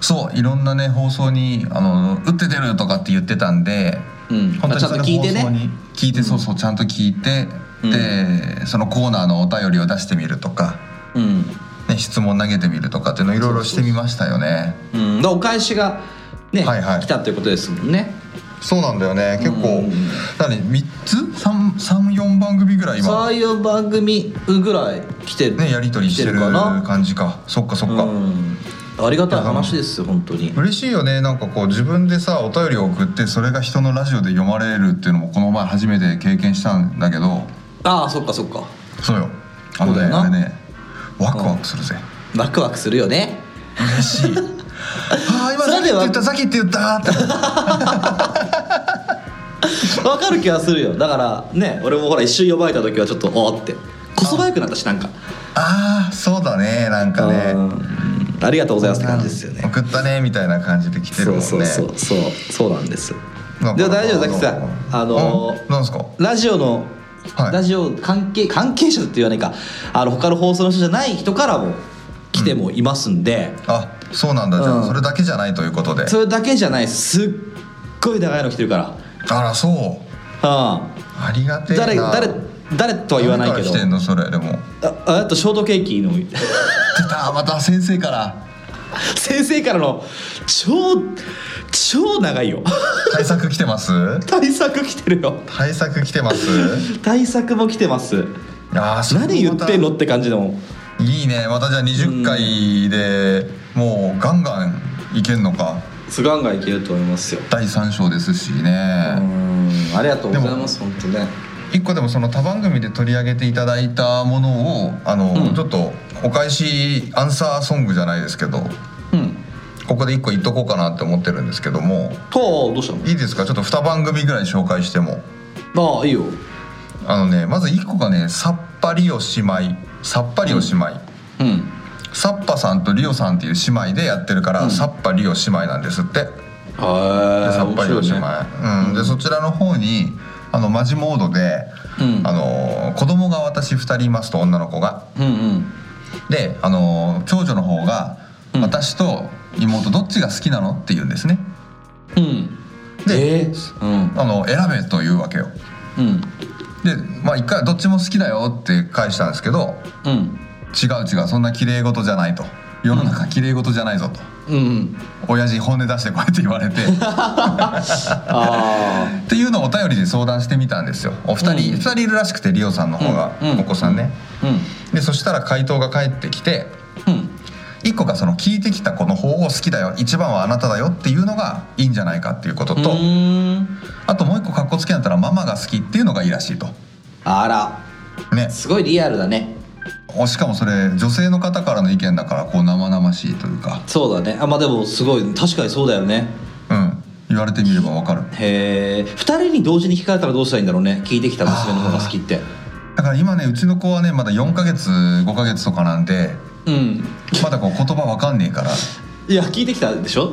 Speaker 1: そういろんなね放送にあの打って出るとかって言ってたんで、
Speaker 2: うん
Speaker 1: 本当に
Speaker 2: ちゃんと聞いてね
Speaker 1: その放送に聞いてそうそうちゃんと聞いて、
Speaker 2: うん
Speaker 1: でそのコーナーのお便りを出してみるとか、
Speaker 2: うん、
Speaker 1: ね、質問投げてみるとかっていうのをいろいろしてみましたよね
Speaker 2: うん、だからお返しがね、
Speaker 1: はいはい
Speaker 2: 来たということですもんね
Speaker 1: そうなんだよね結構、
Speaker 2: うん
Speaker 1: 何3つ34番組ぐらい今
Speaker 2: そう、いう番組ぐらい来てる
Speaker 1: ね、やり取りしてる
Speaker 2: かな
Speaker 1: 感じかそっかそっか、
Speaker 2: うんありがたい話ですよ本当に
Speaker 1: 嬉しいよねなんかこう自分でさお便りを送ってそれが人のラジオで読まれるっていうのもこの前初めて経験したんだけど
Speaker 2: ああそっかそっか
Speaker 1: そうよあの
Speaker 2: そう
Speaker 1: ね
Speaker 2: だよな
Speaker 1: あれねワクワクするぜ
Speaker 2: ワクワクするよね
Speaker 1: 嬉しいああ今
Speaker 2: そ
Speaker 1: ザ
Speaker 2: れ
Speaker 1: キって
Speaker 2: では
Speaker 1: 言ったザキって言ったって
Speaker 2: わかる気がするよだからね俺もほら一瞬呼ばれた時はちょっとおーってこそばゆくなったしなんか [laughs]
Speaker 1: ああそうだねなんかね
Speaker 2: うんありがとうございますって感じですよね
Speaker 1: 送ったねみたいな感じで来てる
Speaker 2: そ
Speaker 1: もん
Speaker 2: う
Speaker 1: ね
Speaker 2: そうそうそうそうなんです
Speaker 1: なんか
Speaker 2: でも大丈夫ザキさんあのー
Speaker 1: うんなんですか
Speaker 2: ラジオの、
Speaker 1: はい
Speaker 2: ラジオ関係関係者って言わないかあの他の放送の人じゃない人からも来てもいますんで、
Speaker 1: あそうなんだじゃあ、
Speaker 2: うん
Speaker 1: それだけじゃないということで
Speaker 2: それだけじゃないすっごい長いの来てるか
Speaker 1: あらそう
Speaker 2: ら、
Speaker 1: ありが
Speaker 2: う
Speaker 1: て
Speaker 2: ん、
Speaker 1: えな
Speaker 2: 誰誰誰とは言わないけ
Speaker 1: 誰
Speaker 2: ど
Speaker 1: から来てんのそれでも
Speaker 2: あああとショートケーキの [laughs]
Speaker 1: 出たまた先生から
Speaker 2: 先生からの超超長いよ [laughs]
Speaker 1: 対策来てます
Speaker 2: 対策来てるよ
Speaker 1: 対策来てます
Speaker 2: 対策も来てます
Speaker 1: [laughs] あーそれもま
Speaker 2: 何
Speaker 1: た
Speaker 2: 言ってんのって感じでもん
Speaker 1: いいねまたじゃあ20回でもうガンガンいけんのか
Speaker 2: すがんがいけると思いますよ
Speaker 1: 第3章ですし
Speaker 2: う
Speaker 1: ね
Speaker 2: んありがとうございます本当ね
Speaker 1: 一個でもその他番組で取り上げていただいたものをあの、
Speaker 2: うん
Speaker 1: ちょっとお返しアンサーソングじゃないですけど
Speaker 2: うん
Speaker 1: ここで一個言っとこうかなって思ってるんですけども
Speaker 2: とどうしたの
Speaker 1: いいですかちょっと2番組ぐらい紹介しても
Speaker 2: ああいいよ
Speaker 1: あのねまず1個がね「さっぱりおしまい」「さっぱりおしまい」
Speaker 2: うん
Speaker 1: サッパさんとリオさんっていう姉妹でやってるから、
Speaker 2: うん
Speaker 1: サッパリオ姉妹なんですって、で
Speaker 2: は
Speaker 1: サッパリオ姉妹、うんでそちらの方にあのマジモードで、
Speaker 2: うん
Speaker 1: あの子供が私2人いますと女の子が
Speaker 2: うんうん
Speaker 1: であの長女の方が、
Speaker 2: うん
Speaker 1: 私と妹どっちが好きなのって言うんですね
Speaker 2: うん
Speaker 1: で
Speaker 2: えーうん
Speaker 1: あの選べというわけよ
Speaker 2: うん
Speaker 1: でまあ一回どっちも好きだよって返したんですけど
Speaker 2: うん
Speaker 1: 違う違うそんな綺麗事じゃないと世の中綺麗事じゃないぞと、
Speaker 2: うん
Speaker 1: 親父本音出してこうやって言われ
Speaker 2: [laughs]
Speaker 1: て
Speaker 2: あ
Speaker 1: っていうのをお便りで相談してみたんですよお二人、
Speaker 2: うん
Speaker 1: 二人いるらしくてリオさんの方が、
Speaker 2: うんうん
Speaker 1: お子さんね、
Speaker 2: あうん
Speaker 1: でそしたら回答が返ってきて
Speaker 2: うん
Speaker 1: 一個がその聞いてきた子の方を好きだよ一番はあなただよっていうのがいいんじゃないかっていうことと、
Speaker 2: うーん
Speaker 1: あともう一個かっこつけだったらママが好きっていうのがいいらしいと
Speaker 2: あら
Speaker 1: ね
Speaker 2: すごいリアルだね
Speaker 1: おしかもそれ女性の方からの意見だからこう生々しいというか
Speaker 2: そうだねあまあでもすごい確かにそうだよね
Speaker 1: うん言われてみればわかる
Speaker 2: へえ二人に同時に聞かれたらどうしたらいいんだろうね聞いてきた娘の方が好きって
Speaker 1: だから今ねうちの子はねまだ4ヶ月5ヶ月とかなんで
Speaker 2: うん
Speaker 1: まだこう言葉わかんねえから
Speaker 2: いや聞いてきたでしょ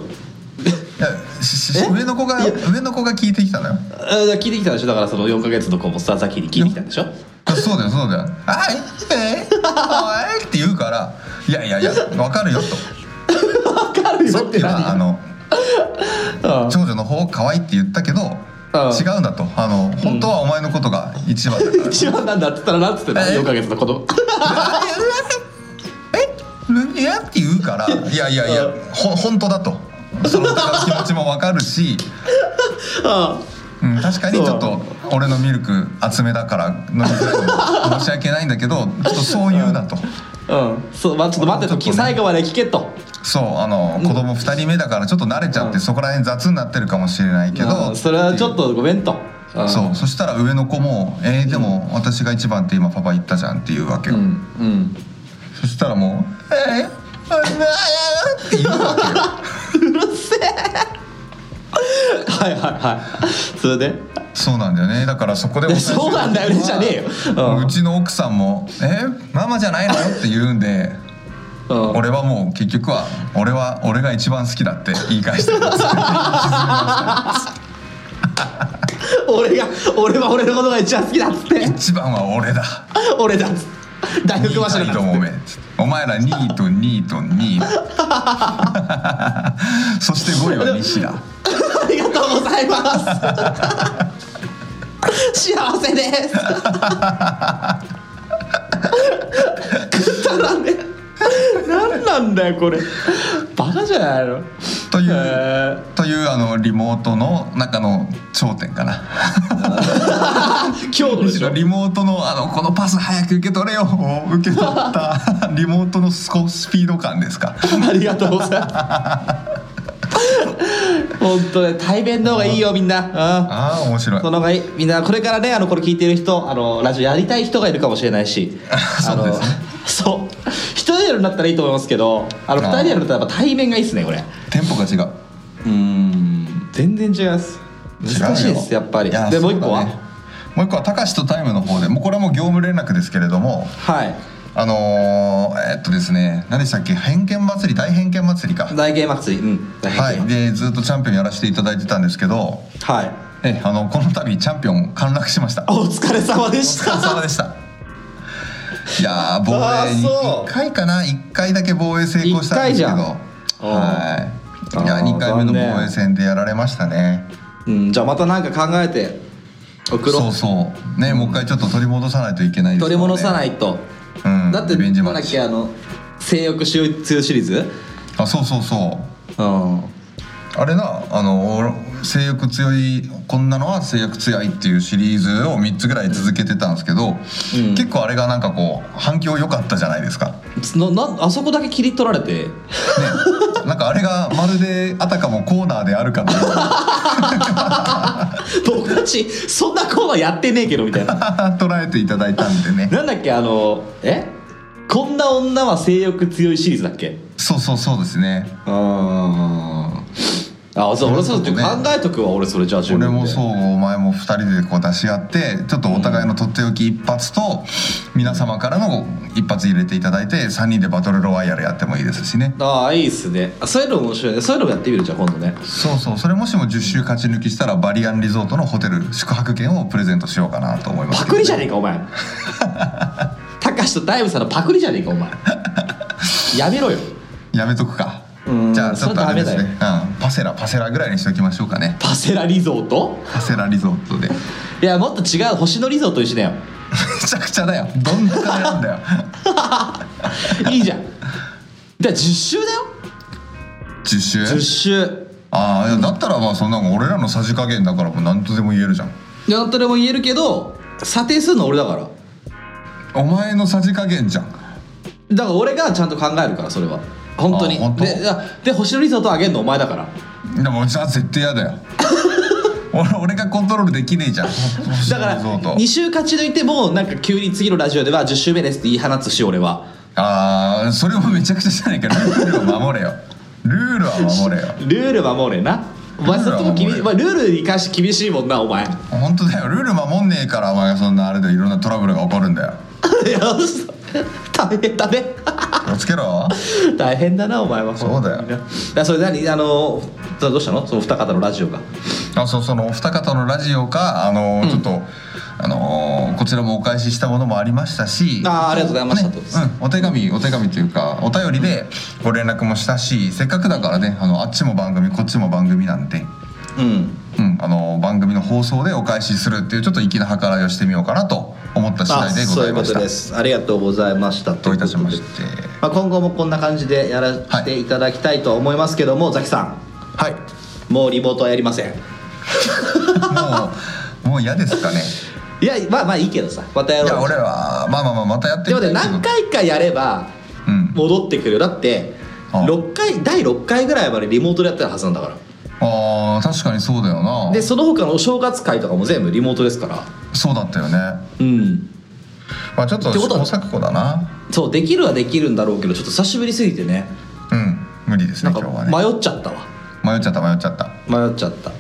Speaker 1: いやしし
Speaker 2: え
Speaker 1: 上の子が
Speaker 2: いや
Speaker 1: 上の子が聞いてきたのよ
Speaker 2: あ聞いてきたでしょだからその4か月の子もさザキに聞いてきたんでしょ
Speaker 1: そうだよそうだよ「あいえおい」って言うから「いやいやいやわかる
Speaker 2: [laughs]
Speaker 1: よ」と
Speaker 2: 分かる
Speaker 1: さっきはあの
Speaker 2: あ
Speaker 1: 長女の方可愛いって言ったけど
Speaker 2: あ
Speaker 1: 違うんだとあの本当はお前のことが一番だ [laughs] から
Speaker 2: 一番なんだって言ったらなんつってんの
Speaker 1: え
Speaker 2: 4か月の子供
Speaker 1: 「いや」って言うから「いやいやいやほ本当だ」とその子の気持ちもわかるし、
Speaker 2: あ
Speaker 1: うん、確かにちょっと俺のミルク厚めだから飲みづらいの申し訳ないんだけどちょっとそう言うなと。
Speaker 2: うんそうまあちょっと待ってと、
Speaker 1: ちょっとね
Speaker 2: 最後まで聞けと
Speaker 1: そうあの子供2人目だからちょっと慣れちゃって、そこら辺雑になってるかもしれないけど、
Speaker 2: うんそれはちょっとごめんとあー
Speaker 1: そうそしたら上の子も「えー、でも私が一番って今パパ言ったじゃん」っていうわけ
Speaker 2: う
Speaker 1: よ、
Speaker 2: んうん
Speaker 1: そしたらもう「えー、あうわーって言うわけよ
Speaker 2: はいはいはいそれで
Speaker 1: そうなんだよねだからそこで
Speaker 2: で [laughs] そうなんだよねじゃねえようん
Speaker 1: うちの奥さんも「えー、ママじゃないの?」って言うんで
Speaker 2: うん
Speaker 1: 俺はもう結局は「俺は俺が一番好きだ」って言い返してる
Speaker 2: [laughs] 俺が俺は俺のことが一番好きだっつって
Speaker 1: 一番は俺だ
Speaker 2: 俺だっつって大
Speaker 1: 2
Speaker 2: 福
Speaker 1: 位
Speaker 2: 柱
Speaker 1: と
Speaker 2: だ
Speaker 1: もめお前ら2位と2位と2位
Speaker 2: [laughs]
Speaker 1: そして5位は西だ
Speaker 2: [laughs] ありがとうございます幸せですくだらねえ何なんだよこれバカじゃないの
Speaker 1: という
Speaker 2: え
Speaker 1: というあのリモートの中の頂点かな
Speaker 2: ー今日のでしょ
Speaker 1: [laughs] リモートのあのこのパス早く受け取れよを受け取った
Speaker 2: [laughs]
Speaker 1: リモートのスコスピード感ですか
Speaker 2: ありがとうございます。本当ね、対面の方がいいよ、みんな。うん
Speaker 1: ああ面白い
Speaker 2: その方がいい、みんな、これからね、あの、これ聞いてる人、あの、ラジオやりたい人がいるかもしれな
Speaker 1: [laughs]
Speaker 2: いし。あの、 [laughs] そう、一人でやるんだったらいいと思いますけど、あ
Speaker 1: あ
Speaker 2: の、二
Speaker 1: ー
Speaker 2: 人でやるんだったら、やっぱ対面がいいですね、これ。
Speaker 1: テンポが違う
Speaker 2: うん、全然違います。難しいで
Speaker 1: 違う
Speaker 2: す、
Speaker 1: よ
Speaker 2: やっぱり。
Speaker 1: いや
Speaker 2: で、もう一
Speaker 1: そ
Speaker 2: 個
Speaker 1: だ
Speaker 2: は。
Speaker 1: ねもう一個はたかしとタイムの方でもうこれはもう業務連絡ですけれども
Speaker 2: はい。
Speaker 1: あのー、えっとですね何でしたっけ偏見祭り大偏見祭りか
Speaker 2: 大芸祭り。うん。大芸
Speaker 1: は
Speaker 2: 祭
Speaker 1: い
Speaker 2: り。
Speaker 1: でずっとチャンピオンやらせていただいてたんですけど
Speaker 2: はい。
Speaker 1: えあのこの度チャンピオン陥落しましたお
Speaker 2: お疲れ様でし
Speaker 1: 疲れ
Speaker 2: た。
Speaker 1: 様でしたいやー防
Speaker 2: あ
Speaker 1: 衛
Speaker 2: ー
Speaker 1: に
Speaker 2: そう
Speaker 1: 1回かな1回だけ防衛成功したんですけど
Speaker 2: 一回じゃん
Speaker 1: はい
Speaker 2: あー
Speaker 1: いや2回目の
Speaker 2: 残念
Speaker 1: 防衛戦でやられましたね
Speaker 2: うん、じゃあ、またなんか考えて。送ろ
Speaker 1: そうう。そうねもう一回ちょっと取り戻さないといけないです、
Speaker 2: 取り戻さないいと。
Speaker 1: うん、
Speaker 2: だって
Speaker 1: リベンジ
Speaker 2: な
Speaker 1: マ
Speaker 2: んだ
Speaker 1: ッ
Speaker 2: っ
Speaker 1: チ
Speaker 2: けあの性欲集中シリーズ
Speaker 1: あそうそうそう
Speaker 2: うん
Speaker 1: あれなあの性欲強いこんなのは性欲強いっていうシリーズを3つぐらい続けてたんですけど、
Speaker 2: うん
Speaker 1: 結構あれがなんかこう反響良かったじゃないですか、ね、 [laughs]
Speaker 2: ななあそこだけ切り取られて [laughs]
Speaker 1: なんかあれがまるであたかもコーナーであるかのよ
Speaker 2: 僕たちそんなコーナーやってねえけどみた
Speaker 1: [laughs]
Speaker 2: いな
Speaker 1: うに捉えていただいたんでね
Speaker 2: なんだっけあのえこんな女は性欲強いシリーズだっけ
Speaker 1: そうそうそうですね
Speaker 2: ああそう俺そうだって考えとくわ俺それじゃあ自分で
Speaker 1: 俺もそうお前も2人でこう出し合ってちょっとお互いのとっておき一発と皆様からの一発入れていただいて3人でバトルロワイヤルやってもいいですしね
Speaker 2: ああいいっすねあそういうの面白いねそういうのもやってみるじゃん今度ね
Speaker 1: そうそうそれもしも10週勝ち抜きしたらバリアンリゾートのホテル宿泊券をプレゼントしようかなと思います
Speaker 2: パクリじゃねえか
Speaker 1: [laughs]
Speaker 2: お前たかしとダイブさんのパクリじゃねえか
Speaker 1: [laughs]
Speaker 2: お前やめろよ
Speaker 1: やめとくか
Speaker 2: うん
Speaker 1: じゃあちょっとあれですね
Speaker 2: それ、
Speaker 1: うん、パセラパセラぐらいにしておきましょうかね
Speaker 2: パセラリゾート
Speaker 1: パセラリゾートでめ
Speaker 2: いやもっと違う星野リゾートにしなよ
Speaker 1: ちゃくちゃだよどんな金なん
Speaker 2: [laughs]
Speaker 1: だよ
Speaker 2: いいじゃんじゃあ10周だよ
Speaker 1: 10週
Speaker 2: 10周
Speaker 1: ああいやだったらまあそんなもん俺らのさじ加減だからもう何とでも言えるじゃん
Speaker 2: いや何とでも言えるけど査定するの俺だから
Speaker 1: お前のさじ加減じゃん
Speaker 2: だから俺がちゃんと考えるからそれは本当に
Speaker 1: あ本当
Speaker 2: でいやで星野リゾートあげるのお前だから
Speaker 1: でもじゃあ絶対嫌だ
Speaker 2: [laughs]
Speaker 1: よ俺俺がコントロールできねえじゃん
Speaker 2: だか
Speaker 1: リゾ
Speaker 2: ら
Speaker 1: ート
Speaker 2: 2週勝ち抜いてもなんか急に次のラジオでは10週目ですって言い放つし俺は
Speaker 1: ああそれもめちゃくちゃじゃないかルールを守れよルールは守れよ
Speaker 2: ルール守れなお前そのとこ厳
Speaker 1: ル
Speaker 2: しい
Speaker 1: ール
Speaker 2: まあ
Speaker 1: は
Speaker 2: ルールに関して厳しいもんなお前 [laughs] い
Speaker 1: 本当だよルール守んねえからお前がそんなあれでいろんなトラブルが起こるんだよ
Speaker 2: や食べ食べ
Speaker 1: 気をつけろ
Speaker 2: 大変だなお前は
Speaker 1: そうだよ
Speaker 2: いやそれ何あのどうしたのその二方のラジオが
Speaker 1: あそうそのお二方のラジオかあのーちょっと、あのーこちらもお返ししたものもありましたし
Speaker 2: あーありがとうございましたと
Speaker 1: ねうん、お手紙お手紙というかお便りでご連絡もしたしせっかくだからねあのあっちも番組こっちも番組なんで、
Speaker 2: うん
Speaker 1: うん、あのー番組の放送でお返しするっていうちょっと粋な計らいをしてみようかなと思った次
Speaker 2: あ
Speaker 1: 第でご
Speaker 2: そう
Speaker 1: ざ
Speaker 2: い
Speaker 1: いう
Speaker 2: こ
Speaker 1: まし
Speaker 2: と
Speaker 1: た
Speaker 2: で。すありがとうございました
Speaker 1: どういたしまし
Speaker 2: というこ
Speaker 1: て
Speaker 2: とでまあ、今後もこんな感じでやらせていただきたいと思いますけども、ザキさ
Speaker 1: はい
Speaker 2: んもうリモートはやりません
Speaker 1: もうもう嫌ですか
Speaker 2: [laughs]
Speaker 1: ね
Speaker 2: いやまあまあいいけどさまたや
Speaker 1: いや
Speaker 2: ろう
Speaker 1: 俺はまあまあまあまたやって
Speaker 2: で
Speaker 1: み
Speaker 2: も
Speaker 1: たい
Speaker 2: ね
Speaker 1: けど
Speaker 2: 何回かやれば
Speaker 1: うん
Speaker 2: 戻ってくるよだって
Speaker 1: あ
Speaker 2: 6回第6回ぐらいまでリモートでやってるはずなんだから
Speaker 1: あー確かにそうだよな
Speaker 2: でその他のお正月会とかも全部リモートですから
Speaker 1: そうだったよね
Speaker 2: うん
Speaker 1: まあちょっと
Speaker 2: って
Speaker 1: 試
Speaker 2: こ
Speaker 1: 行
Speaker 2: とは
Speaker 1: 錯誤だな
Speaker 2: そうできるはできるんだろうけどちょっと久しぶりすぎてね
Speaker 1: うん無理です
Speaker 2: な
Speaker 1: ね
Speaker 2: ん
Speaker 1: 今
Speaker 2: か
Speaker 1: 日はね
Speaker 2: 迷っちゃったわ
Speaker 1: 迷っちゃった迷っちゃった
Speaker 2: 迷っちゃった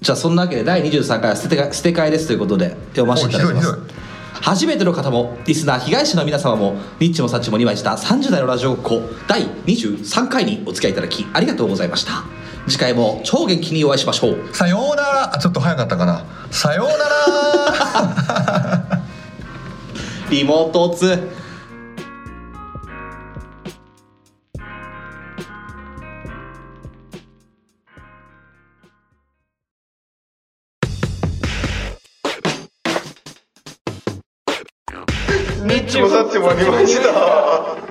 Speaker 2: じゃあそんなわけで第23回は捨てか捨て替えですということで読ませていただきま
Speaker 1: お
Speaker 2: す
Speaker 1: ひどいひど
Speaker 2: 初めての方もリスナー被害者の皆様もニッチもサッチも2枚した30代のラジオごっこ第23回にお付き合いいただきありがとうございました次回も超元気にお会いしましょう
Speaker 1: さようならあちょっと早かったかなさようなら
Speaker 2: リモート2
Speaker 3: ニッチもサッチもありました